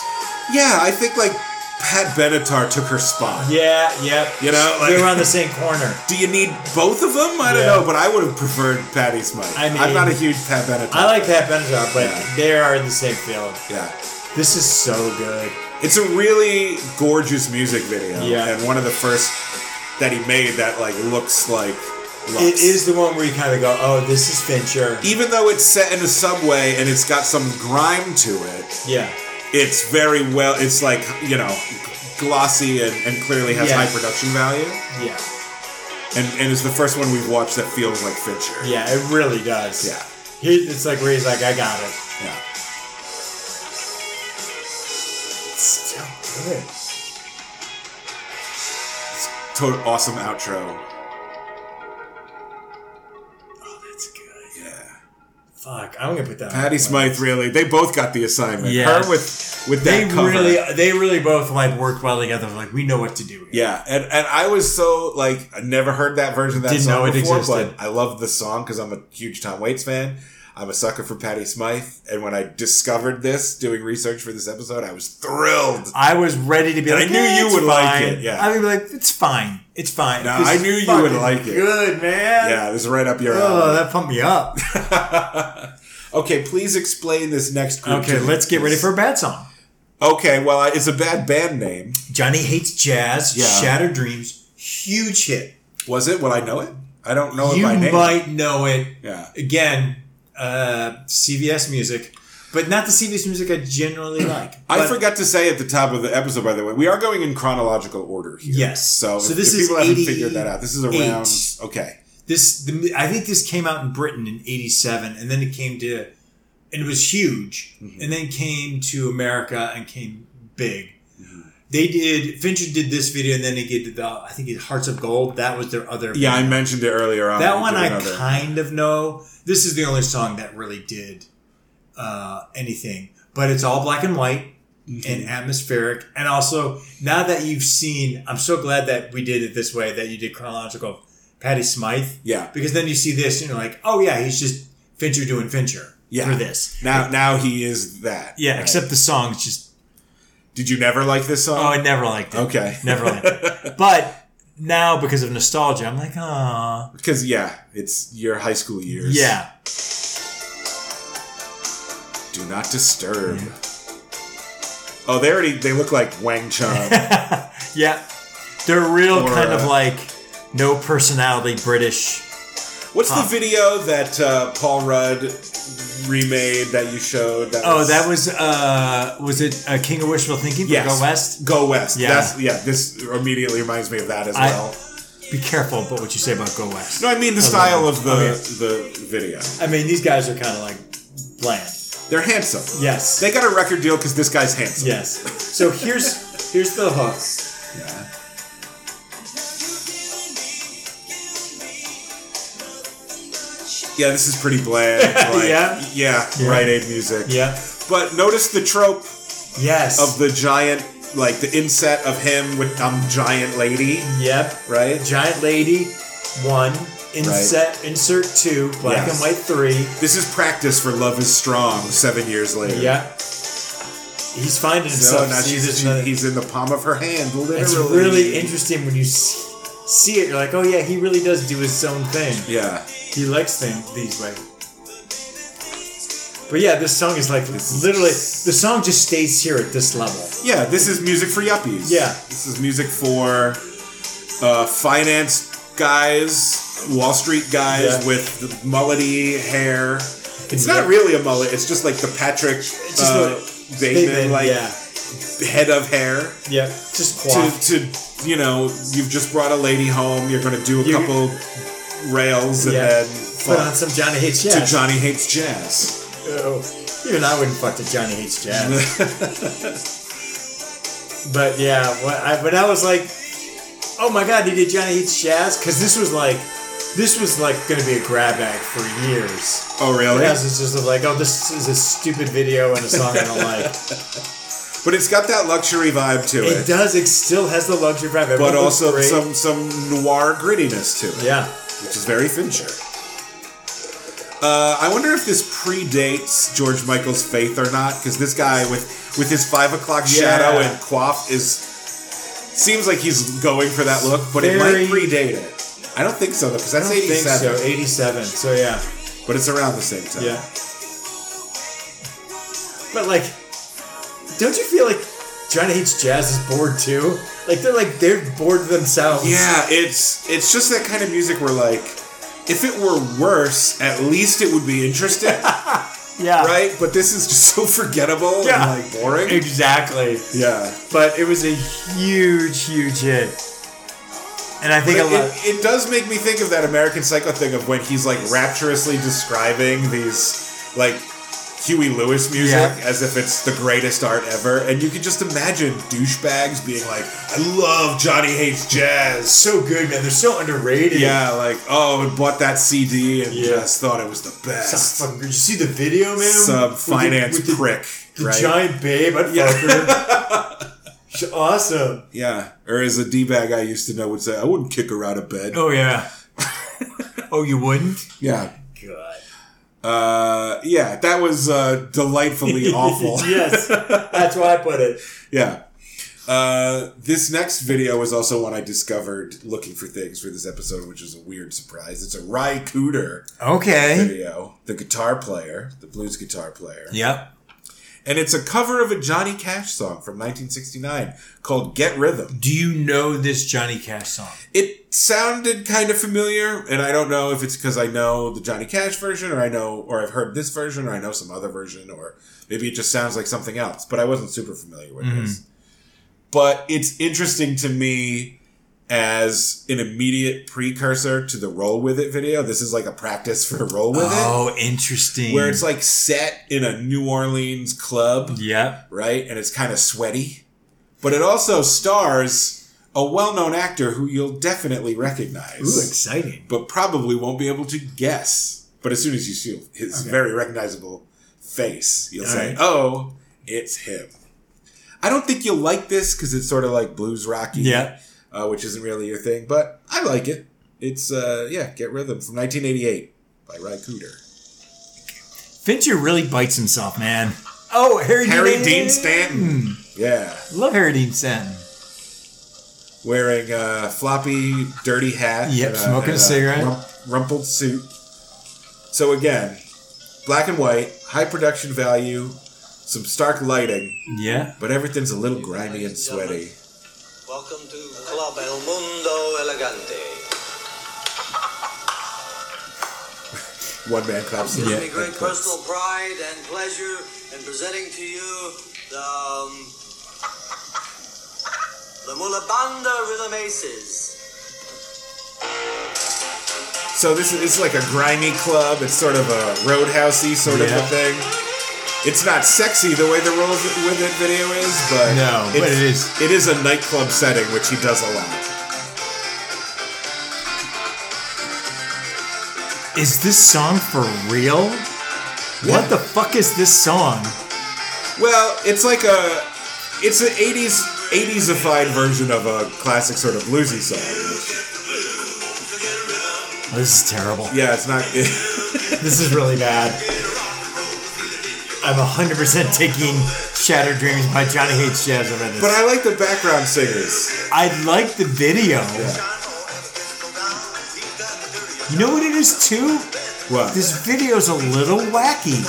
S1: Yeah, I think like Pat Benatar took her spot.
S2: Yeah, yep.
S1: You know, like-
S2: they were on the same corner.
S1: Do you need both of them? I don't
S2: Yeah.
S1: know, but I would have preferred Patty Smythe.
S2: I mean-
S1: am not a huge Pat Benatar.
S2: I like Pat Benatar, but
S1: Yeah.
S2: they are in the same field.
S1: Yeah.
S2: This is so good.
S1: It's a really gorgeous music video.
S2: Yeah.
S1: And one of the first that he made that like looks like. Lux.
S2: It is the one where you kind of go, oh, this is Fincher.
S1: Even though it's set in a subway and it's got some grime to it,
S2: Yeah.
S1: it's very well it's like you know glossy and, and clearly has
S2: Yeah.
S1: high production value
S2: Yeah.
S1: and and is the first one we've watched that feels like Fincher.
S2: Yeah, it really does.
S1: Yeah.
S2: He, it's like where he's like, I got it.
S1: Yeah.
S2: Still good.
S1: Total awesome outro.
S2: Oh, that's good.
S1: Yeah.
S2: Fuck, I'm gonna put that. on
S1: Patty
S2: my
S1: Smythe
S2: list.
S1: really. They both got the assignment.
S3: Yes.
S1: Her with with
S2: They
S1: that cover.
S2: really, they really both like worked well together. Like we know what to do. Here.
S1: yeah, and, and I was so like I never heard that version of that
S3: Didn't
S1: song
S3: know it
S1: before,
S3: existed.
S1: but I love the song because I'm a huge Tom Waits fan. I'm a sucker for Patty Smythe, and when I discovered this doing research for this episode, I was thrilled.
S3: I was ready to be
S1: And I
S3: like,
S1: knew
S3: "Eh,
S1: you
S3: it's
S1: would like
S3: fine."
S1: it, yeah.
S3: I would be like, it's fine. It's fine.
S1: No,
S3: This
S1: I
S3: is
S1: knew you
S3: fucking
S1: would like it.
S3: Good, man.
S1: Yeah, it was right up your
S4: Oh,
S1: alley.
S4: that pumped me up.
S1: okay, please explain this next group.
S3: Okay,
S1: to me,
S3: let's get ready
S1: please.
S3: for a bad song.
S1: Okay, well, I- it's a bad band name.
S2: Johnny hates jazz.
S1: Yeah.
S2: Shattered dreams. Huge hit.
S1: Was it? Well, I know it. I don't know it
S2: you
S1: by name.
S2: might know it
S1: Yeah.
S2: again. Uh, CVS music, but not the CVS music I generally like.
S1: I
S2: But-
S1: forgot to say at the top of the episode, by the way, we are going in chronological order here.
S2: Yes.
S1: So,
S2: So
S1: if,
S2: this
S1: if
S2: is
S1: people haven't
S2: 88.
S1: figured that out, this is around. Okay.
S2: this the, i think this came out in britain in 87 and then it came to and it was huge
S1: Mm-hmm.
S2: and then came to america and came big
S1: Mm-hmm.
S2: they did fincher did this video and then they did the i think it hearts of gold that was their other
S1: Yeah, I mentioned it earlier on.
S2: that
S1: We
S2: one
S1: did
S2: i
S1: another-
S2: kind of know this is the only song that really did uh, anything but it's all black and white
S1: Mm-hmm.
S2: and atmospheric. And also, now that you've seen, I'm so glad that we did it this way, that you did chronological Patty Smythe.
S1: Yeah.
S2: Because then you see this and you're like, oh yeah, he's just Fincher doing Fincher
S1: Yeah.
S2: for this.
S1: Now, now he is that.
S3: Yeah,
S1: Right.
S3: except the song's just
S1: Did you never like this
S3: oh, I
S1: song?
S3: never liked it.
S1: Okay.
S3: Never liked it. But now because of nostalgia, I'm like, ah,
S1: Because yeah, it's your high school years.
S3: yeah.
S1: Do not disturb. Oh, they already they look like Wang Chung.
S3: Yeah. They're real
S1: Or,
S3: kind
S1: uh,
S3: of like no personality British.
S1: What's
S3: Huh.
S1: the video that uh, Paul Rudd remade that you showed? That
S3: Oh, that was uh was it uh, King of Wishful Thinking
S1: Yes.
S3: by Go West?
S1: Go West.
S3: Yeah.
S1: That's, yeah. This immediately reminds me of that as
S3: I-
S1: well.
S3: Be careful about what you say about Go West.
S1: No, I mean the style of the
S3: Oh,
S1: the video.
S2: I mean, these guys are kind of like bland.
S1: They're handsome.
S2: Yes.
S1: They got a record deal because this guy's handsome.
S2: yes. So here's here's the hook.
S1: Yeah. Yeah, this is pretty bland. Like,
S2: Yeah.
S1: yeah,
S3: Yeah.
S1: Rite Aid music.
S2: Yeah.
S1: But notice the trope
S2: Yes.
S1: of the giant, like the inset of him with um giant lady,
S2: yep.
S1: right?
S2: Giant lady, one. Inset, Insert two. Black
S1: Yes.
S2: and white three.
S1: This is practice for Love is Strong seven years later.
S2: Yeah. He's finding
S1: So
S2: himself.
S1: now
S2: See,
S1: she's,
S2: there's
S1: she,
S2: another-
S1: he's in the palm of her hand, literally.
S2: It's really interesting when you s- see it. You're like, oh yeah, he really does do his own thing.
S1: Yeah.
S2: He likes things these way. But yeah, this song is like literally the song just stays here at this level.
S1: Yeah, this is music for yuppies.
S2: Yeah.
S1: This is music for uh, finance guys, Wall Street guys
S2: Yeah.
S1: with the mullety hair. It's
S2: Yeah.
S1: not really a mullet, it's just like the Patrick
S2: just
S1: uh, Bateman,
S2: Bateman,
S1: like
S2: yeah,
S1: head of hair.
S2: yeah, just
S1: To,
S2: quaff.
S1: to, you know, you've just brought a lady home, you're going to do a
S2: You-
S1: couple rails and
S2: Yeah.
S1: then
S2: put on
S1: fuck
S2: some Johnny Hates
S1: to
S2: Jazz.
S1: Johnny Hates Jazz.
S2: Oh, even I wouldn't fuck to Johnny Hates Jazz. But yeah, when I, when I was like, oh my god, he did Johnny Hates Jazz because this was like, this was like going to be a grab bag for years.
S1: oh, really?
S2: Yes, it's just like, oh, this is a stupid video and a song I don't like.
S1: But it's got that luxury vibe to
S2: It
S1: it,
S2: does. It still has the luxury vibe.
S1: but
S2: Everyone looks
S1: also
S2: great.
S1: some some noir grittiness to it,
S2: yeah.
S1: which is very Fincher. Uh, I wonder if this predates George Michael's Faith or not, because this guy with with his five o'clock
S2: Yeah.
S1: shadow and quaff is seems like he's going for that look, but it
S2: Very-
S1: might predate it. I don't think so though, because
S2: I
S1: that's
S2: don't think so.
S1: '87,
S2: Eighty-seven. So yeah,
S1: but it's around the same time.
S2: yeah. But like, don't you feel like Johnny Hates Jazz is bored too? Like they're like they're bored themselves.
S1: Yeah, it's it's just that kind of music where like, if it were worse, at least it would be interesting.
S3: Yeah.
S1: right? But this is just so forgettable
S2: Yeah.
S1: and like boring.
S2: Exactly.
S1: yeah.
S2: But it was a
S3: Huge, huge hit. And I think a
S1: But
S3: lot.
S1: it, it does make me think of that American Psycho thing of when he's like rapturously describing these like Huey Lewis music
S3: Yeah.
S1: as if it's the greatest art ever, and you can just imagine douchebags being like, "I love Johnny hates jazz."
S2: So good, man. They're so underrated.
S1: Yeah, like oh, and bought that CD and
S2: Yeah.
S1: just thought it was the best.
S2: Some fucking- Did you see the video, man?
S1: Some
S2: With the-
S1: finance
S2: with the-
S1: prick,
S2: The
S1: right?
S2: giant babe, I'd fuck her. She's awesome.
S1: yeah, or as a d bag I used to know would say, "I wouldn't kick her out of bed."
S3: oh yeah. oh, you wouldn't?
S1: Yeah,
S2: God.
S1: uh, yeah, that was uh, delightfully awful.
S2: yes, that's why I put it.
S1: Yeah. Uh, this next video was also one I discovered looking for things for this episode, which was a weird surprise. It's a Ry Cooter
S2: Eh?
S3: Okay.
S1: video, the guitar player, the blues guitar player.
S3: Yep.
S1: And it's a cover of a Johnny Cash song from 1969 called Get Rhythm.
S3: Do you know this Johnny Cash song?
S1: It sounded kind of familiar, and I don't know if it's because I know the Johnny Cash version, or I know, or I've heard this version, or I know some other version, or maybe it just sounds like something else, but I wasn't super familiar with this. But it's interesting to me as an immediate precursor to the Roll With It video. This is like a practice for Roll With
S3: oh, interesting.
S1: It, where it's like set in a New Orleans club
S3: Yep.
S1: right? And it's kind of sweaty. But it also stars a well known actor who you'll definitely
S2: Ooh,
S1: recognize,
S2: exciting.
S1: but probably won't be able to guess. But as soon as you see his very recognizable face, you'll say,
S2: Alright.
S1: oh, it's him. I don't think you'll like this because it's sort of like blues rocky,
S3: Yeah.
S1: uh, which isn't really your thing, but I like it. It's, uh, yeah, Get Rhythm from 1988 by Ry Cooter.
S3: Fincher really bites himself, man. Oh, Harry,
S1: Harry Dean Stanton. Yeah.
S3: Love Harry Dean Stanton.
S1: wearing a floppy, dirty hat.
S3: Yep, smoking a cigarette.
S1: rumpled suit. So again, black and white, high production value, some stark lighting,
S3: Yeah.
S1: but everything's a little grimy and sweaty.
S5: Welcome to Club El Mundo Elegante.
S1: One man claps.
S5: It
S1: the
S5: gives me
S1: hand
S5: great
S1: claps.
S5: personal pride and pleasure in presenting to you the, um, the Mulabanda Rhythm Aces.
S1: So this is it's like a grimy club. It's sort of a roadhousey sort of a
S3: Yeah.
S1: thing. It's not sexy the way the Rolls With It video is, but
S3: No, but
S1: it's-
S3: it is.
S1: It is a nightclub setting, which he does a lot.
S3: Is this song for real? What the fuck is this song? Oh,
S1: Well, it's like a it's an 80s 80sified version of a classic sort of bluesy song.
S3: Oh, this is terrible.
S1: Yeah, it's not
S3: This is really bad. I'm 100% taking Shattered Dreams by Johnny Hates Jazz over this.
S1: but I like the background singers.
S3: I like the video. You know what it is too?
S1: What?
S3: This video's a little wacky.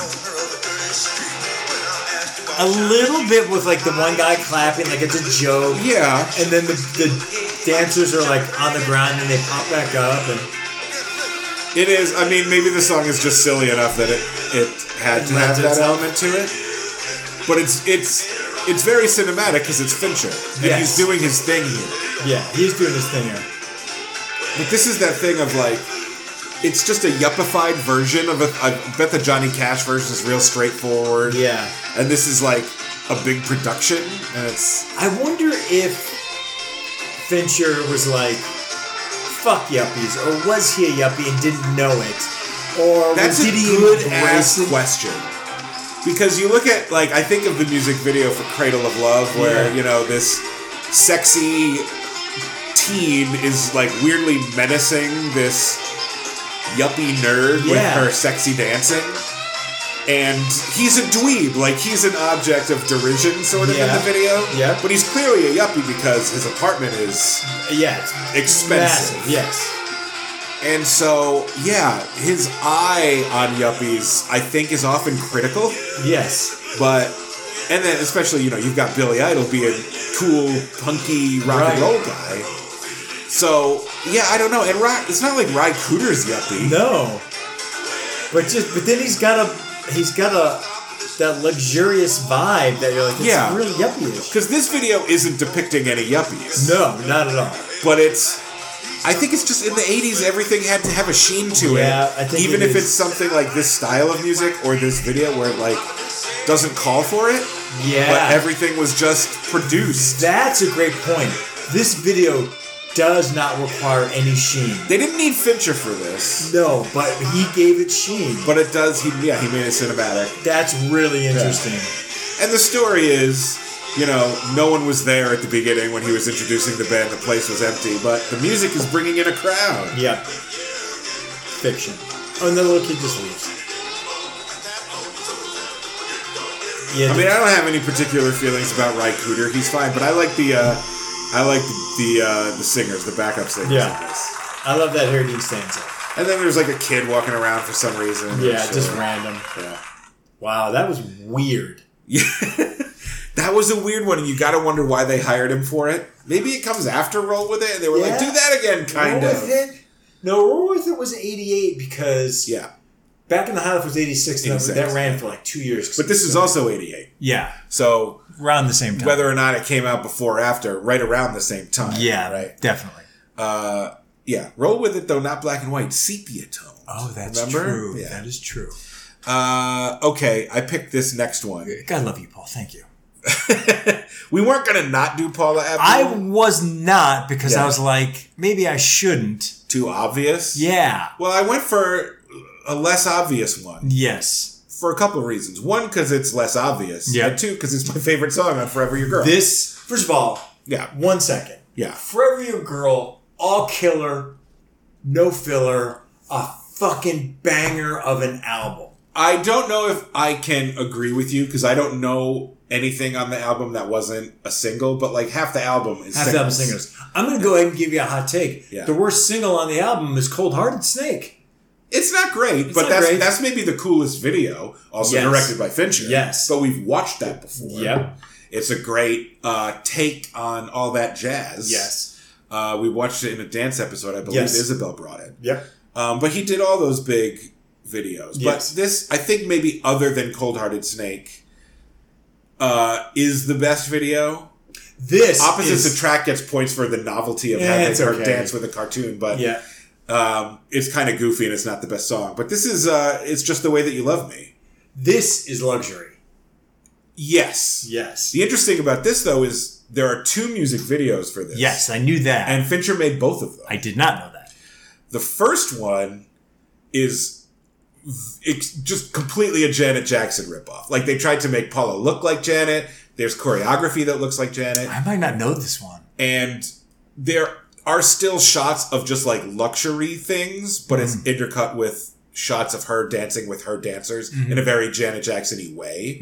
S3: A little bit with like the one guy clapping like it's a joke.
S1: yeah.
S2: And then the, the dancers are like on the ground and they pop back up and
S1: It is. I mean, maybe the song is just silly enough that it it had to have that element to it. But it's it's it's very cinematic because it's Fincher and
S2: Yes.
S1: he's doing his thing here.
S2: yeah, he's doing his thing here.
S1: But this is that thing of like. It's just a yuppified version of a. I bet the Johnny Cash version is real straightforward.
S2: Yeah.
S1: and this is like a big production, and it's
S2: I wonder if Fincher was like, fuck yuppies, or was he a yuppie and didn't know it? Or
S1: that's
S2: did
S1: a
S2: he
S1: good ass
S2: embrace it?
S1: question because you look at like I think of the music video for Cradle of Love, where
S2: Yeah.
S1: you know this sexy teen is like weirdly menacing this yuppie nerd
S2: Yeah.
S1: with her sexy dancing. And he's a dweeb, like he's an object of derision, sort of in
S2: Yeah.
S1: the video.
S2: Yeah.
S1: But he's clearly a yuppie because his apartment is
S2: Yeah, it's
S1: expensive.
S2: massive, yes.
S1: And so, yeah, his eye on yuppies, I think, is often critical.
S2: Yes.
S1: But, and then especially, you know, you've got Billy Idol being cool, punky rock and
S2: Right.
S1: roll guy. So, yeah, I don't know. And Ry, it's not like Ry Cooter's yuppie.
S2: No. But just but then he's got a he's got a that luxurious vibe that you're like, it's
S1: Yeah.
S2: really yuppie-ish.
S1: Because this video isn't depicting any yuppies.
S2: No, not at all.
S1: But it's I think it's just in the 80s, everything had to have a sheen to it.
S2: Yeah, I think
S1: Even
S2: it
S1: if
S2: is.
S1: it's something like this style of music or this video where it like doesn't call for it,
S2: Yeah.
S1: but everything was just produced.
S2: That's a great point. This video does not require any sheen.
S1: They didn't need Fincher for this,
S2: No, but he gave it sheen. But
S1: but it does. He yeah, he made it cinematic.
S2: that's really interesting.
S1: And the story is, you know, no one was there at the beginning when he was introducing the band. The place was empty, but the music is bringing in a crowd.
S2: Yeah. Fiction. Oh, and the little kid just leaves. Yeah.
S1: I mean, I don't have any particular feelings about Rycooter. He's fine, but I like the, uh, I like the the, uh, the singers, the backup singers.
S2: Yeah.
S1: in this.
S2: I love that Herding stanza.
S1: And then there's like a kid walking around for some reason.
S2: Yeah,
S1: Sure.
S2: just random.
S1: Yeah.
S2: Wow, that was weird.
S1: Yeah. that was a weird one, and you gotta wonder why they hired him for it. Maybe it comes after Roll With It, and they were like,
S2: Yeah.
S1: do that again, kind
S2: Roll
S1: of.
S2: With It? No, Roll With It was 88 because
S1: Yeah.
S2: back in the Highlife was 86. and that-
S1: 86.
S2: That ran for like two years.
S1: But this is also 88.
S3: Yeah,
S1: So
S3: around the same time.
S1: whether or not it came out before or after, right around the same time.
S3: yeah,
S1: Right.
S3: definitely.
S1: Uh, yeah. Roll With It, though, not black and white, sepia tone.
S3: Oh, that's
S1: Remember?
S3: true.
S1: Yeah.
S3: That is true.
S1: Uh, okay, I picked this next one.
S3: God love you, Paul. Thank you.
S1: we weren't gonna not do Paula Abdul.
S3: I was not because
S1: Yeah.
S3: I was like, maybe I shouldn't.
S1: Too obvious.
S3: Yeah.
S1: Well, I went for a less obvious one
S3: Yes.
S1: for a couple of reasons. One, because it's less obvious.
S3: Yeah.
S1: And two, because it's my favorite song on Forever Your Girl.
S2: This, first of all,
S1: yeah.
S2: one second.
S1: Yeah.
S2: Forever Your Girl, all killer, no filler, a fucking banger of an album.
S1: I don't know if I can agree with you because I don't know anything on the album that wasn't a single, but like half the album is
S2: Half the album singers. I'm going to go ahead and give you a hot take.
S1: Yeah.
S2: The worst single on the album is Cold Hearted Snake.
S1: It's not great, but
S2: not
S1: that's
S2: great.
S1: that's maybe the coolest video, also
S2: Yes.
S1: directed by Fincher.
S2: Yes.
S1: but we've watched that before.
S2: Yep.
S1: it's a great uh, take on all that jazz. uh, we watched it in a dance episode. I believe
S2: Yes.
S1: Isabel brought it.
S2: Yep.
S1: Um, but he did all those big videos.
S2: Yes.
S1: But this, I think, maybe other than Cold Hearted Snake, uh, is the best video.
S2: This
S1: Opposites
S2: is,
S1: Attract gets points for the novelty of
S2: Yeah, it's
S1: having her
S2: okay.
S1: dance with a cartoon, but
S2: Yeah.
S1: um, it's kind of goofy and it's not the best song. But this is, uh, it's just the way that you love me.
S2: This is luxury.
S1: Yes.
S2: Yes.
S1: The interesting about this, though, is there are two music videos for this.
S3: Yes, I knew that.
S1: And Fincher made both of them.
S3: I did not know that.
S1: The first one is it's just completely a Janet Jackson ripoff. Like they tried to make Paula look like Janet. There's choreography that looks like Janet,
S3: I might not know this one.
S1: and there are still shots of just like luxury things, but it's
S3: Mm-hmm.
S1: intercut with shots of her dancing with her dancers
S3: Mm-hmm.
S1: in a very Janet Jackson-y way.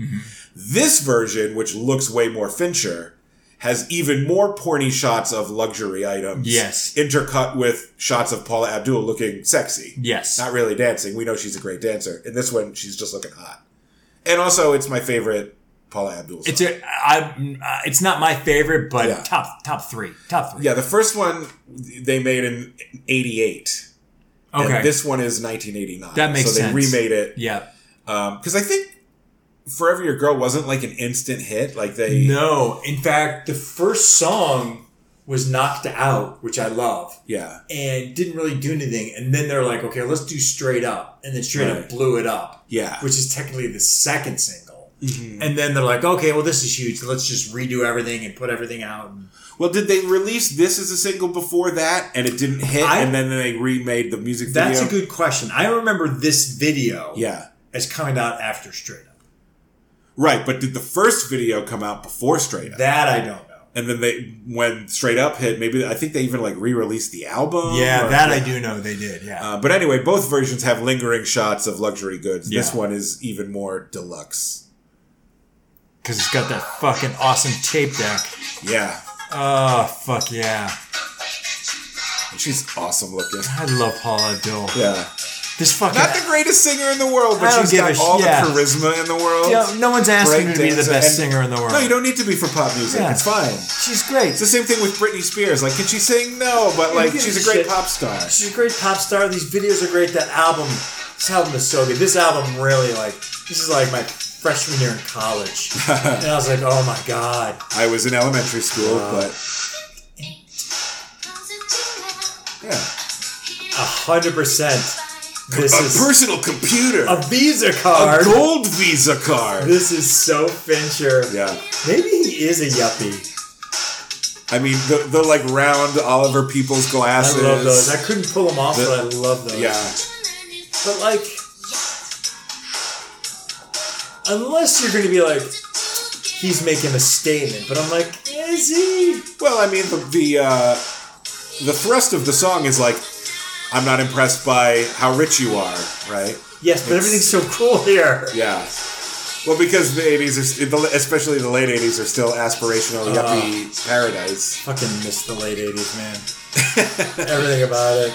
S1: This version, which looks way more Fincher, has even more porny shots of luxury items.
S3: Yes.
S1: Intercut with shots of Paula Abdul looking sexy.
S3: Yes.
S1: Not really dancing. We know she's a great dancer. In this one, she's just looking hot. And also, it's my favorite Paula Abdul song.
S3: It's a, I, uh, it's not my favorite, but
S1: Yeah.
S3: top top three, top three.
S1: yeah, the first one they made in 88.
S3: okay.
S1: And this one is 1989.
S3: That makes
S1: so they
S3: sense.
S1: remade it.
S3: yeah.
S1: Because I think Forever Your Girl wasn't like an instant hit. Like they.
S2: No. In fact, the first song was Knocked Out, which I love.
S1: Yeah.
S2: and didn't really do anything. And then they're like, okay, let's do straight up. And then straight
S1: Right.
S2: up blew it up,
S1: Yeah.
S2: which is technically the second single.
S3: Mm-hmm.
S2: And then they're like, okay, well, this is huge. Let's just redo everything and put everything out. And
S1: Well, did they release this as a single before that and it didn't hit?
S2: I-
S1: and then they remade the music video?
S2: that's a good question. I remember this video
S1: Yeah.
S2: as coming out after straight up.
S1: Right, but did the first video come out before Straight Up?
S2: That I don't know.
S1: and then they when Straight Up hit, maybe I think they even like re-released the album.
S3: Yeah,
S1: or-
S3: that I do know they did. Yeah.
S1: Uh, but anyway, both versions have lingering shots of luxury goods. This
S3: Yeah.
S1: one is even more deluxe.
S3: Because it's got that fucking awesome tape deck.
S1: Yeah,
S3: Oh, fuck yeah.
S1: And she's awesome looking.
S3: I love Paula Abdul.
S1: Yeah,
S3: This fucking.
S1: not the greatest singer in the world, but
S3: I don't
S1: she's
S3: give
S1: got
S3: a sh-
S1: all
S3: yeah.
S1: the charisma in the world.
S3: You know, no one's asking her to be the
S1: Breakdancer.
S3: best
S1: And-
S3: singer in the world.
S1: No, you don't need to be for pop music.
S3: Yeah.
S1: It's fine.
S3: She's great.
S1: It's the same thing with Britney Spears. Like, can she sing? No, but like,
S2: gives
S1: she's a
S2: a
S1: great
S2: shit?
S1: pop star.
S2: She's a great pop star. These videos are great. That album, this album is so good. This album really, like, this is like my freshman year in college. and I was like, oh my God. Uh,
S1: I was in elementary school, but
S6: Positive.
S2: hundred percent. This
S1: a
S2: is
S1: personal computer.
S2: a Visa
S1: a
S2: card.
S1: gold Visa card.
S2: This is so Fincher.
S1: Yeah.
S2: Maybe he is a yuppie.
S1: I mean, the, the like round Oliver Peoples
S2: I
S1: glasses.
S2: love those. I couldn't pull them off,
S1: The-
S2: but I love those.
S1: Yeah.
S2: But like, unless you're going to be like, he's making a statement. But I'm like, is he?
S1: Well, I mean, the the, uh, the thrust of the song is like, I'm not impressed by how rich you are, right?
S2: Yes, but everything's so cool here.
S1: Yeah. Well, because the 80s, are, the- especially the late 80s, are still aspirational
S2: Uh-huh.
S1: yuppie paradise.
S2: Fucking miss the late '80s, man. Everything about it.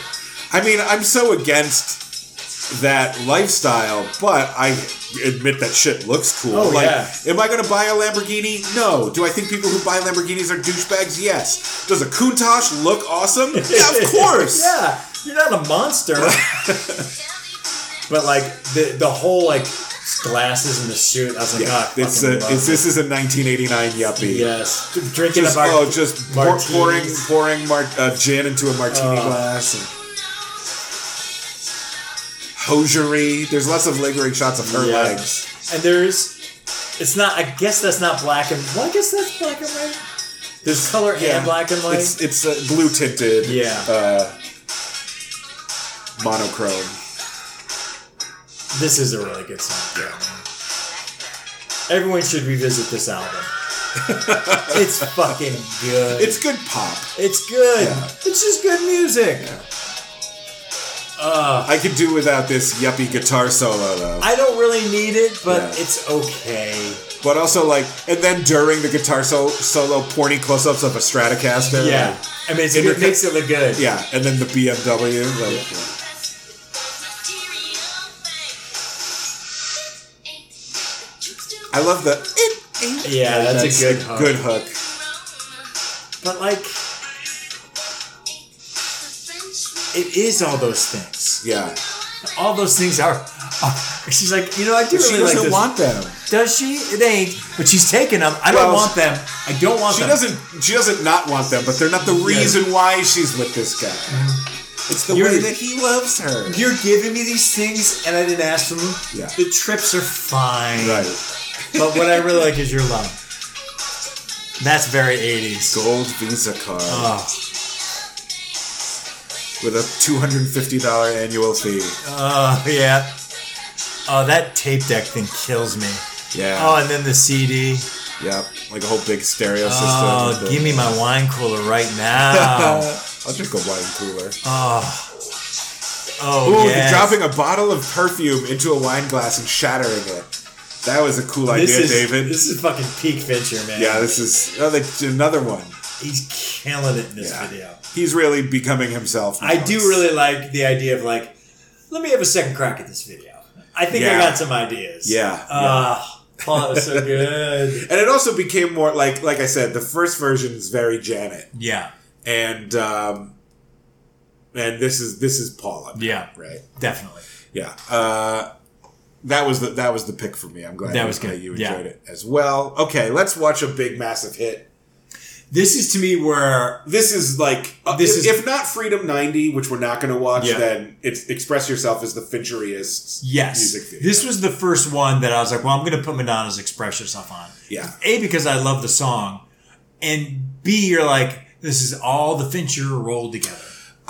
S1: I mean, I'm so against that lifestyle, but I admit that shit looks cool.
S2: Oh,
S1: like,
S2: yeah.
S1: am I going to buy a Lamborghini? No. Do I think people who buy Lamborghinis are douchebags? Yes. Does a Countach look awesome? yeah, of course.
S2: yeah, you're not a monster. but like the the whole like glasses and the suit, I was like, "Ah,
S1: Yeah,
S2: God,
S1: it's a, it's, this is a 1989 yuppie.
S2: yes, drinking
S1: Just,
S2: a bar-
S1: oh, just pour,
S2: martinis.
S1: pouring pouring mar- uh, gin into a martini
S2: Oh.
S1: glass and hosiery. There's lots of leg rig shots of her
S2: Yeah.
S1: legs.
S2: And there's, it's not. I guess that's not black and. Well, I guess that's black and white. There's color and black and white.
S1: It's it's uh, blue tinted.
S2: Yeah.
S1: Uh, monochrome.
S2: This is a really good song.
S1: Yeah.
S2: Everyone should revisit this album. it's fucking good.
S1: It's good pop.
S2: it's good. It's just good music.
S1: I could do without this yuppie guitar solo though.
S2: I don't really need it, but
S1: Yeah.
S2: it's okay.
S1: But also like, and then during the guitar so- solo, porny close ups of a Stratocaster.
S2: Yeah, I mean, it's,
S1: In
S2: it
S1: the-
S2: makes it look good.
S1: Yeah, and then the BMW. Like, I love the.
S2: yeah, that's, a good, hook.
S1: good hook.
S2: But like, it is all those things.
S1: Yeah,
S2: All those things are. are- she's like, you know, I do
S1: she
S2: really like
S1: doesn't
S2: this.
S1: want them.
S3: Does she? It ain't. But she's taking them. I don't
S1: Well,
S3: want them.
S2: I don't want
S1: She
S2: them.
S1: doesn't. She doesn't not want them, but they're not the reason why she's with this guy. It's the
S2: You're-
S1: way that he loves her.
S2: You're giving me these things, and I didn't ask for them.
S1: Yeah.
S2: The trips are fine.
S1: Right.
S2: But what I really like is your love.
S3: That's very 80s.
S1: Gold Visa card
S3: Oh,
S1: with a two hundred and fifty dollar annual fee.
S3: oh, yeah. Oh, that tape deck thing kills me.
S1: Yeah.
S3: Oh, and then the CD.
S1: Yep. Like a whole big stereo system.
S3: Oh,
S1: with the-
S3: give me my wine cooler right now.
S1: I'll drink a wine cooler.
S3: Oh. Oh,
S1: Ooh,
S3: yes.
S1: dropping a bottle of perfume into a wine glass and shattering it. That was a cool
S2: This
S1: idea,
S2: is
S1: David.
S2: This is fucking peak venture, man.
S1: yeah, this is oh, they- another one.
S2: he's killing it in this
S1: Yeah.
S2: video.
S1: He's really becoming himself. now.
S2: I do
S1: It's-
S2: really like the idea of like, let me have a second crack at this video. I think I
S1: Yeah.
S2: got some ideas.
S1: Yeah,
S2: Uh, Paul, that was so good.
S1: And it also became more like, like I said, the first version is very Janet,
S3: Yeah,
S1: and um, and this is this is Paula.
S3: Yeah.
S1: right.
S3: definitely.
S1: Yeah, uh, that was the that was the pick for me. I'm glad
S3: That
S1: you-
S3: was good.
S1: you
S3: Yeah.
S1: enjoyed it as well. Okay, let's watch a big massive hit.
S2: This is to me where
S1: This is like
S2: This
S1: this if,
S2: is-
S1: is if not Freedom '90, which we're not going to watch,
S2: Yeah.
S1: then it's Express Yourself is the Fincheriest
S3: Yes,
S1: music video.
S3: this was the first one that I was like, well, I'm going to put Madonna's "Express Yourself" on.
S1: yeah,
S3: A because I love the song, and B you're like, this is all the Fincher rolled together.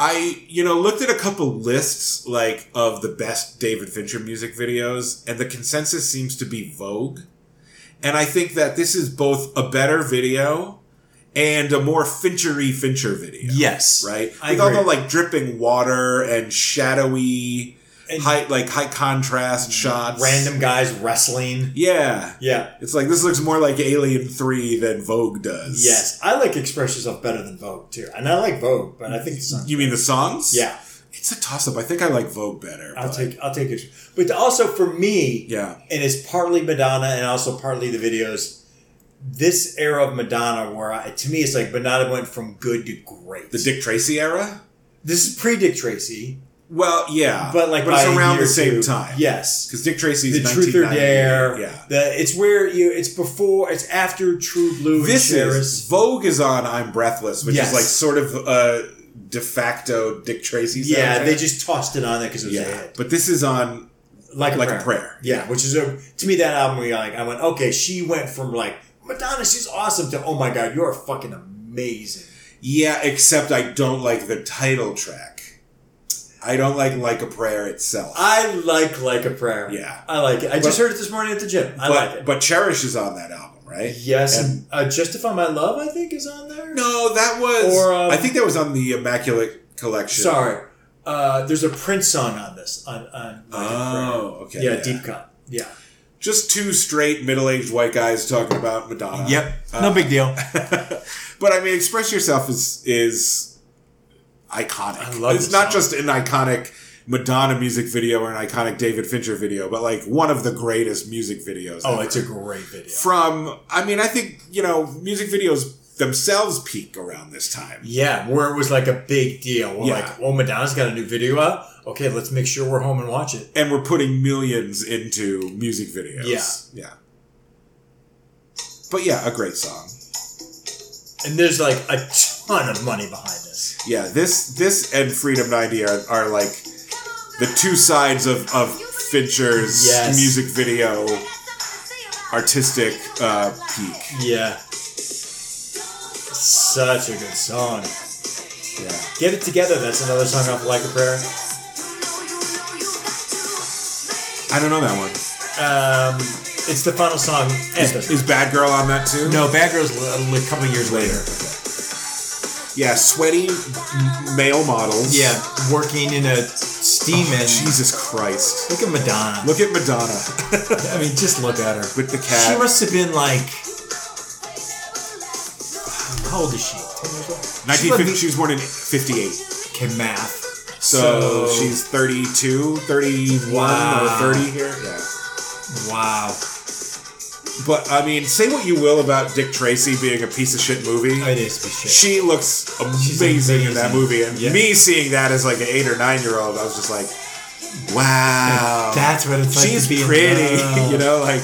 S1: I you know looked at a couple lists like of the best David Fincher music videos, and the consensus seems to be Vogue. And I think that this is both a better video and a more Finchery Fincher video.
S3: Yes,
S1: Right?
S3: I
S1: With all the
S3: agree.
S1: like dripping water and shadowy
S2: And- Mm,
S1: high like high contrast shots.
S2: random guys wrestling.
S1: Yeah.
S2: Yeah.
S1: It's like this looks more like Alien 3 than Vogue does.
S2: Yes, I like Express Yourself better than Vogue too, and I like Vogue, but I think the song.
S1: You mean the songs?
S2: Yeah,
S1: It's a toss up. I think I like Vogue better.
S2: I'll
S1: but-
S2: take I'll take it. But also for me,
S1: Yeah.
S2: and it's partly Madonna and also partly the videos. This era of Madonna, where I, to me it's like Madonna went from good to great.
S1: The Dick Tracy era?
S2: this is pre Dick Tracy,
S1: Well, yeah,
S2: but like
S1: but it's
S2: by a
S1: around
S2: year
S1: the
S2: or
S1: same
S2: two.
S1: time.
S2: Yes,
S1: because Dick Tracy's
S2: the Truth or
S1: 1998.
S2: Dare.
S1: Yeah,
S2: the it's where you it's before it's after True Blue.
S1: this
S2: and
S1: is Vogue is on "I'm Breathless," which
S2: Yes.
S1: is like sort of uh, de facto Dick Tracy.
S2: Yeah,
S1: soundtrack.
S2: they just tossed it on there because it was a
S1: yeah.
S2: hit.
S1: But this is on
S2: Like,
S1: Like a
S2: a, prayer.
S1: Prayer.
S2: Yeah, which is a to me that album we like I went okay. She went from like Madonna, she's awesome to oh my god, you're fucking amazing.
S1: yeah, except I don't like the title track. I don't like like a prayer itself.
S2: I like like a prayer.
S1: Yeah.
S2: I like it. I just
S1: But-
S2: heard it this morning at the gym. I
S1: but
S2: like it.
S1: but Cherish is on that album, right?
S2: yes,
S1: And-
S2: and, uh, Justify My Love I think is on there.
S1: no, that was.
S2: Or, um,
S1: I think that was on the Immaculate Collection.
S2: sorry, uh, there's a Prince song on this on on like a
S1: Oh, okay.
S2: prayer. yeah, deep cut yeah.
S1: Just two straight middle-aged white guys talking about Madonna.
S3: Yep.
S1: Uh,
S3: no big deal.
S1: but I mean, Express Yourself is is iconic.
S2: I love
S1: it's
S2: this
S1: not
S2: song.
S1: just an iconic Madonna music video or an iconic David Fincher video, but like one of the greatest music videos.
S2: Oh,
S1: ever.
S2: it's a great video.
S1: from. I mean, I think you know, music videos themselves peak around this time.
S2: Yeah, where it was like a big deal. We're
S1: Yeah.
S2: like, oh, Madonna's got a new video out. Okay, let's make sure we're home and watch it.
S1: And we're putting millions into music videos.
S2: Yeah.
S1: Yeah. But yeah, a great song.
S2: And there's like a ton of money behind this.
S1: Yeah, this this and Freedom 90 are, are like the two sides of, of Fincher's
S2: Yes.
S1: music video artistic uh, peak.
S2: Yeah. Such a good song.
S1: Yeah.
S2: Get It Together, that's another song off Like a Prayer.
S1: I don't know that one.
S2: Um, it's the final song. Anthem.
S1: Is Bad Girl on that too?
S3: No, Bad Girls a li- couple years later.
S1: Yeah, sweaty m- male models.
S3: Yeah, working in a steam engine.
S1: Jesus Christ.
S3: Look at Madonna.
S1: Look at Madonna
S3: I mean, just look at her.
S1: with the
S3: She
S1: cat.
S3: must have been like, how old is she? 10 years old?
S1: 1950,
S3: she
S1: she was born in 58.
S3: Okay, math.
S1: So,
S3: So-
S1: she's 32, 31
S3: Wow.
S1: or 30 here. Yeah.
S3: Wow.
S1: But I mean, say what you will about Dick Tracy being a piece of shit movie.
S3: It is be shit.
S1: she looks amazing, in that
S3: amazing.
S1: movie, and
S3: Yeah.
S1: me seeing that as like an eight or nine year old, I was just like, "Wow,
S3: That's what it's like.
S1: she's
S3: to be in
S1: pretty,"
S3: love.
S1: you know. Like,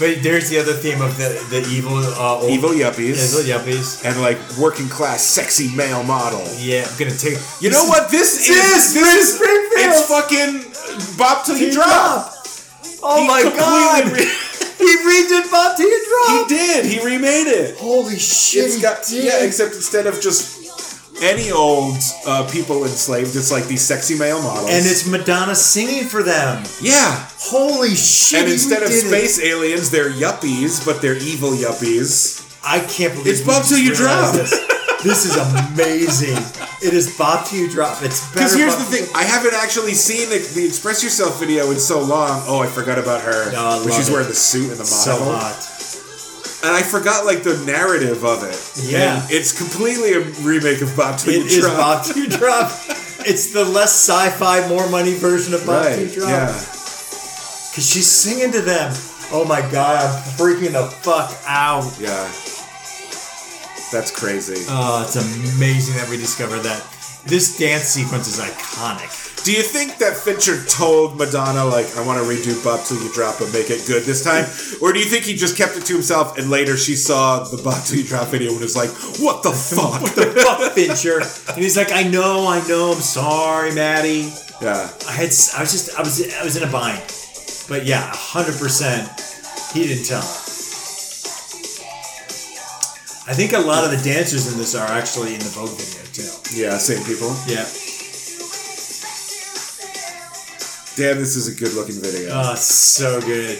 S3: But there's the other theme of the the evil uh,
S2: Oh.
S3: old
S1: Evil yuppies.
S3: evil yuppies.
S1: and like working class sexy male model.
S3: Yeah, I'm gonna take.
S1: You know what this is? This it's fucking Bob till you drop.
S3: Oh
S1: He
S3: my
S1: completely
S3: god!
S1: re-
S3: he redid Bob Tea
S1: he
S3: Drop.
S1: did. He remade it.
S3: Holy shit!
S1: It's got yeah, except instead of just any old uh, people enslaved, it's like these sexy male models.
S2: And it's Madonna singing for them.
S1: yeah,
S2: Holy shit.
S1: and
S2: you
S1: instead of
S2: did it.
S1: space aliens, they're yuppies, but they're evil yuppies.
S2: I can't believe
S1: It's
S2: we
S1: Bob Till You
S2: just realized
S1: Drop.
S2: This. This is amazing. It is Bob Till You Drop. It's better.
S1: Because here's
S2: Bob
S1: the thing, I haven't actually seen the, the Express Yourself video in so long. Oh, I forgot about her.
S2: No, I
S1: when
S2: love
S1: she's
S2: it.
S1: wearing the suit and the
S2: So
S1: monocle,
S2: hot.
S1: and I forgot like the narrative of it.
S2: Yeah.
S1: And it's completely a remake of Bob Till
S2: It
S1: You
S2: is
S1: Drop.
S2: Bob Till You Drop. It's the less sci-fi, more money version of Bob
S1: right?
S2: Till You Drop.
S1: Yeah.
S2: Cause she's singing to them. Oh my god, I'm freaking the fuck out.
S1: Yeah. That's crazy.
S2: Oh, it's amazing that we discovered that. This dance sequence is iconic.
S1: Do you think that Fincher told Madonna, like, I want to redo Bob Till You Drop and make it good this time? Or do you think he just kept it to himself and later she saw the Bob Till You Drop video and was like, what the fuck?
S2: Fuck Fincher. And he's like, I know, I know, I'm sorry, Maddie.
S1: yeah.
S2: I had, I was just, I was, I was in a bind. But yeah, hundred percent, he didn't tell. I think a lot of the dancers in this are actually in the Vogue video too.
S1: Yeah, same people.
S2: Yeah.
S1: Damn, this is a good looking video.
S2: Oh, so good.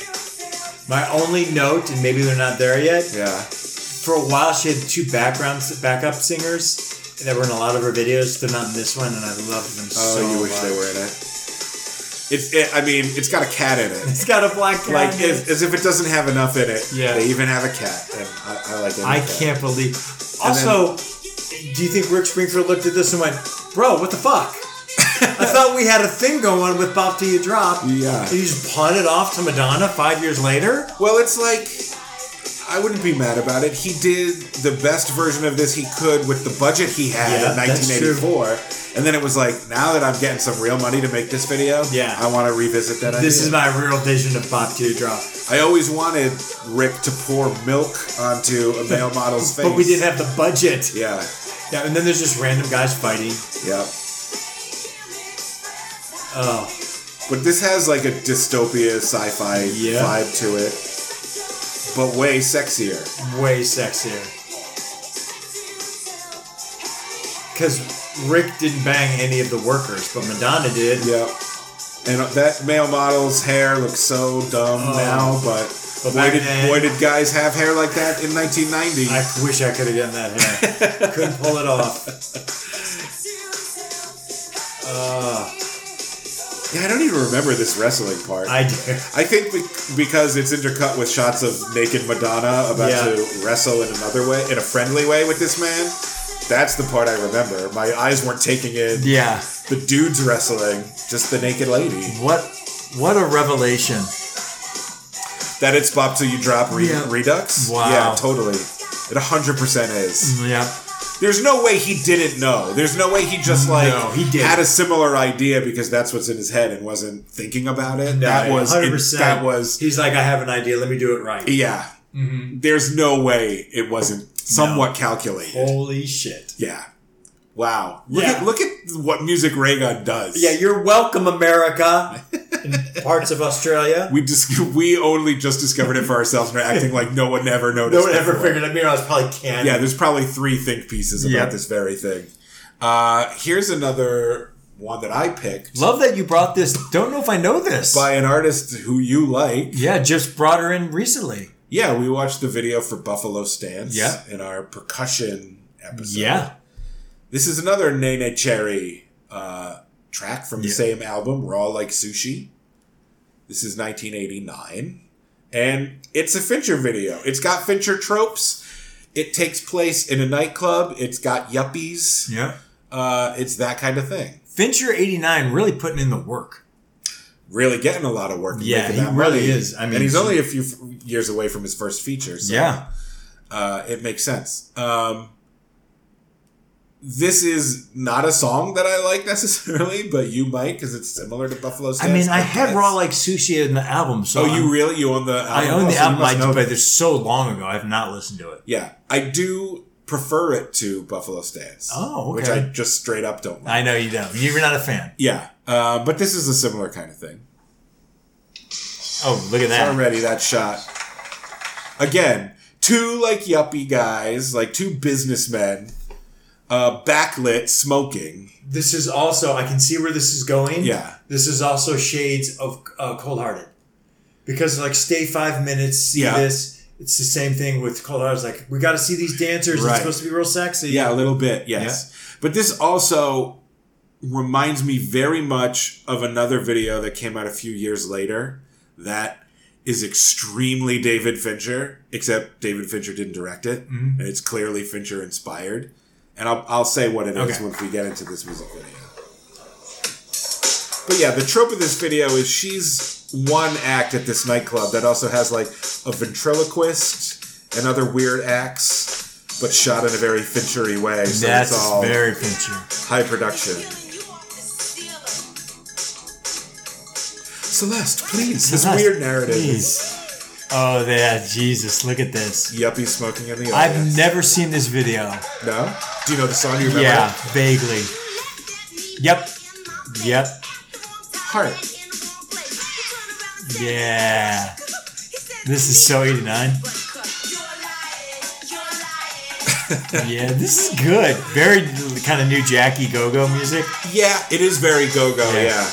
S2: My only note, and maybe they're not there yet.
S1: yeah.
S2: For a while, she had two background backup singers that were in a lot of her videos. They're not in this one, and I love them
S1: Oh,
S2: so
S1: you wish
S2: much.
S1: they were in it. It's, it, I mean, it's got a cat in it.
S2: It's got a black cat.
S1: Like,
S2: in it.
S1: as, as if it doesn't have enough in it.
S3: Yeah.
S1: They even have a cat. And I, I like it.
S3: I can't believe.
S2: Also, do you think Rick Springfield looked at this and went, "Bro, what the fuck"? I thought we had a thing going on with Bop Till You Drop.
S1: Yeah.
S2: And you just pawn it off to Madonna five years later?
S1: Well, it's like I wouldn't be mad about it. He did the best version of this he could with the budget he had
S2: Yeah,
S1: in
S2: that's true.
S1: 1984. And then it was like, now that I'm getting some real money to make this video,
S2: Yeah.
S1: I want to revisit that idea.
S2: This is my real vision of Bob Teardrop.
S1: I always wanted Rick to pour milk onto a male model's face.
S2: But we didn't have the budget.
S1: Yeah,
S2: Yeah, and then there's just random guys fighting.
S1: yeah.
S2: Oh,
S1: But this has like a dystopia sci-fi
S2: Yeah.
S1: vibe to it, but way sexier.
S2: way sexier. Because Rick didn't bang any of the workers, but Madonna did.
S1: Yep. And that male model's hair looks so dumb
S2: Oh.
S1: now, but,
S2: But
S1: boy,
S2: back
S1: did,
S2: then-
S1: boy did guys have hair like that in 1990.
S2: I wish I could have gotten that hair. Couldn't pull it off. Uh,
S1: yeah, I don't even remember this wrestling part. I,
S2: I do.
S1: think bec- because it's intercut with shots of naked Madonna about
S2: Yeah.
S1: to wrestle in another way, in a friendly way with this man. That's the part I remember. My eyes weren't taking in
S3: Yeah.
S1: the dudes wrestling, just the naked lady.
S3: What what a revelation.
S1: That it's Bop Till You Drop re-
S3: Yeah.
S1: Redux?
S3: Wow.
S1: Yeah, totally. It 100% is.
S3: Yep.
S1: There's no way he didn't know. There's no way he just like
S2: No, he didn't.
S1: had a similar idea because that's what's in his head and wasn't thinking about it. that
S2: Yeah,
S1: was
S2: 100%.
S1: that was
S2: He's like, I have an idea. Let me do it right.
S1: yeah.
S2: Mm-hmm.
S1: There's no way it wasn't somewhat calculated.
S2: Holy shit.
S1: Yeah. Wow. Look
S2: Oh. Yeah.
S1: at look at what music Raygun does.
S2: Yeah, you're welcome, America. in parts of Australia.
S1: we just we only just discovered it for ourselves and are acting like no one ever noticed.
S2: No one ever
S1: before.
S2: figured out. Mira was probably Canada.
S1: Yeah, there's probably three think pieces about
S3: Yeah.
S1: this very thing. Uh, here's another one that I picked
S3: Love that you brought this. Don't know if I know this.
S1: by an artist who you like.
S3: yeah, just brought her in recently.
S1: Yeah, we watched the video for Buffalo Stance
S3: Yeah.
S1: in our percussion episode.
S3: Yeah.
S1: This is another Nene Cherry uh, track from the
S3: Yeah.
S1: same album, Raw Like Sushi. This is 1989. And it's a Fincher video. It's got Fincher tropes. It takes place in a nightclub. It's got yuppies.
S3: Yeah.
S1: Uh, it's that kind of thing.
S3: Fincher 89 really putting in the work.
S1: Really getting a lot of work. and
S3: Yeah,
S1: making
S3: he
S1: that
S2: really
S1: money.
S2: is. I mean,
S1: and he's
S2: he-
S1: only a few f- years away from his first feature. So
S3: Yeah.
S1: uh, it makes sense. Um, this is not a song that I like necessarily, but you might because it's similar to Buffalo.
S3: I
S1: Stance,
S3: mean, I had
S1: guess.
S3: Raw Like Sushi in the album, so
S1: Oh, you
S3: I'm-
S1: really you own the? Album?
S3: I own
S1: Oh,
S3: the
S1: so you
S3: album,
S1: must
S3: I-
S1: know
S3: but
S1: this.
S3: it's so long ago. I have not listened to it.
S1: Yeah, I do prefer it to Buffalo Stance.
S3: Oh, okay.
S1: which I just straight up don't like.
S3: I know you don't. You're not a fan.
S1: yeah, uh, but this is a similar kind of thing.
S3: Oh, look at that.
S1: Already that shot. Again, two like yuppie guys, like two businessmen, uh, backlit smoking.
S2: This is also, I can see where this is going.
S1: Yeah.
S2: This is also shades of uh, Cold Hearted. Because, like, stay five minutes, see
S1: Yeah.
S2: this. It's the same thing with Cold Hearted. It's like, we got to see these dancers.
S1: Right.
S2: It's supposed to be real sexy.
S1: Yeah, a little bit, yes. But this also reminds me very much of another video that came out a few years later that is extremely David Fincher, except David Fincher didn't direct it, and
S3: Mm-hmm.
S1: it's clearly Fincher inspired. And I'll, I'll say what it is
S3: Okay.
S1: once we get into this music video. But yeah, the trope of this video is she's one act at this nightclub that also has like a ventriloquist and other weird acts, but shot in a very Finchery way. So
S3: That's
S1: it's all
S3: very Fincher.
S1: high production. Celeste, please. This
S3: Celeste,
S1: weird narrative.
S3: Jeez. Oh, yeah. Jesus, look at this.
S1: Yuppie smoking in the
S3: I've
S1: audience.
S3: never seen this video.
S1: No? Do you know the song? Do you remember?
S3: Yeah, vaguely. Yep. Yep.
S1: Heart.
S3: Yeah. This is so 89. Yeah, this is good. Very kind of new Jackie Go Go music.
S1: Yeah, it is very go go,
S3: Yeah.
S1: yeah.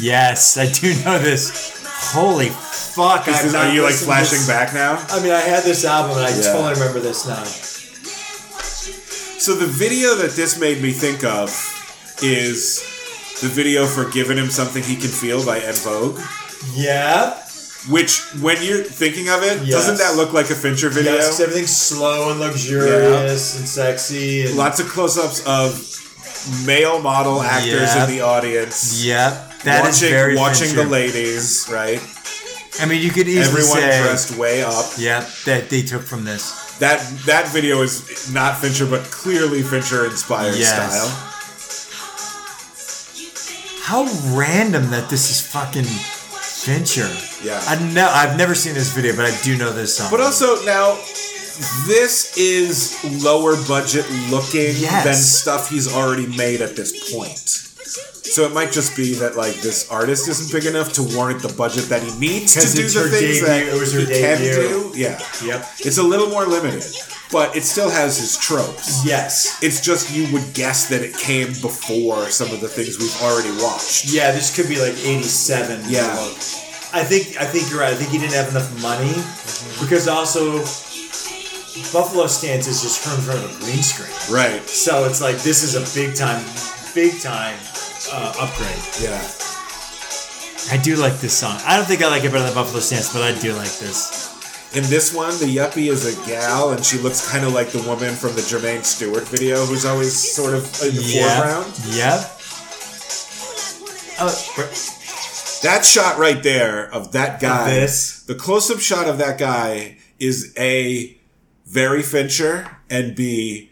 S3: Yes, I do know this. Holy fuck.
S1: Is
S3: I've
S1: this-
S3: not
S1: are you like
S3: listened to
S1: flashing
S3: this.
S1: back now?
S2: I mean, I had this album and I
S1: Yeah.
S2: totally remember this now.
S1: So the video that this made me think of is the video for "Giving Him Something He Can Feel" by En Vogue.
S2: Yeah.
S1: Which, when you're thinking of it,
S2: Yes.
S1: doesn't that look like a Fincher video?
S2: Yes, 'cause everything's slow and luxurious and sexy. And
S1: Lots of close-ups of male model actors
S3: Yeah.
S1: in the audience
S3: Yep. that is
S1: watching
S3: very
S1: watching
S3: Fincher.
S1: the ladies, right?
S3: I mean, you could easily
S1: Everyone
S3: say,
S1: dressed way up.
S3: yeah, that they took from this.
S1: That that video is not Fincher, but clearly Fincher inspired
S3: Yes.
S1: style.
S3: How random that this is fucking Fincher.
S1: Yeah.
S3: I know. I've never seen this video, but I do know this song.
S1: But also now, this is lower budget looking
S3: Yes.
S1: than stuff he's already made at this point. So it might just be that like this artist isn't big enough to warrant the budget that he needs to
S2: Because
S1: do
S2: it's
S1: the
S2: her
S1: things
S2: debut-
S1: that
S2: it was her
S1: he can do.
S2: debut.
S1: Yeah,
S2: Yep.
S1: it's a little more limited, but it still has his tropes.
S2: Yes.
S1: It's just you would guess that it came before some of the things we've already watched.
S2: Yeah, this could be like '87.
S1: Yeah.
S2: I think I think you're right. I think he didn't have enough money because also Buffalo Stance is just her in front of a green screen.
S1: Right.
S2: So it's like this is a big time, big time uh, upgrade.
S1: Yeah.
S3: I do like this song. I don't think I like it better than Buffalo Stance, but I do like this.
S1: In this one, the yuppie is a gal, and she looks kind of like the woman from the Jermaine Stewart video, who's always sort of in the foreground.
S3: Yeah. Oh,
S1: That shot right there of that guy,
S3: this?
S1: the close-up shot of that guy is a very Fincher, and B,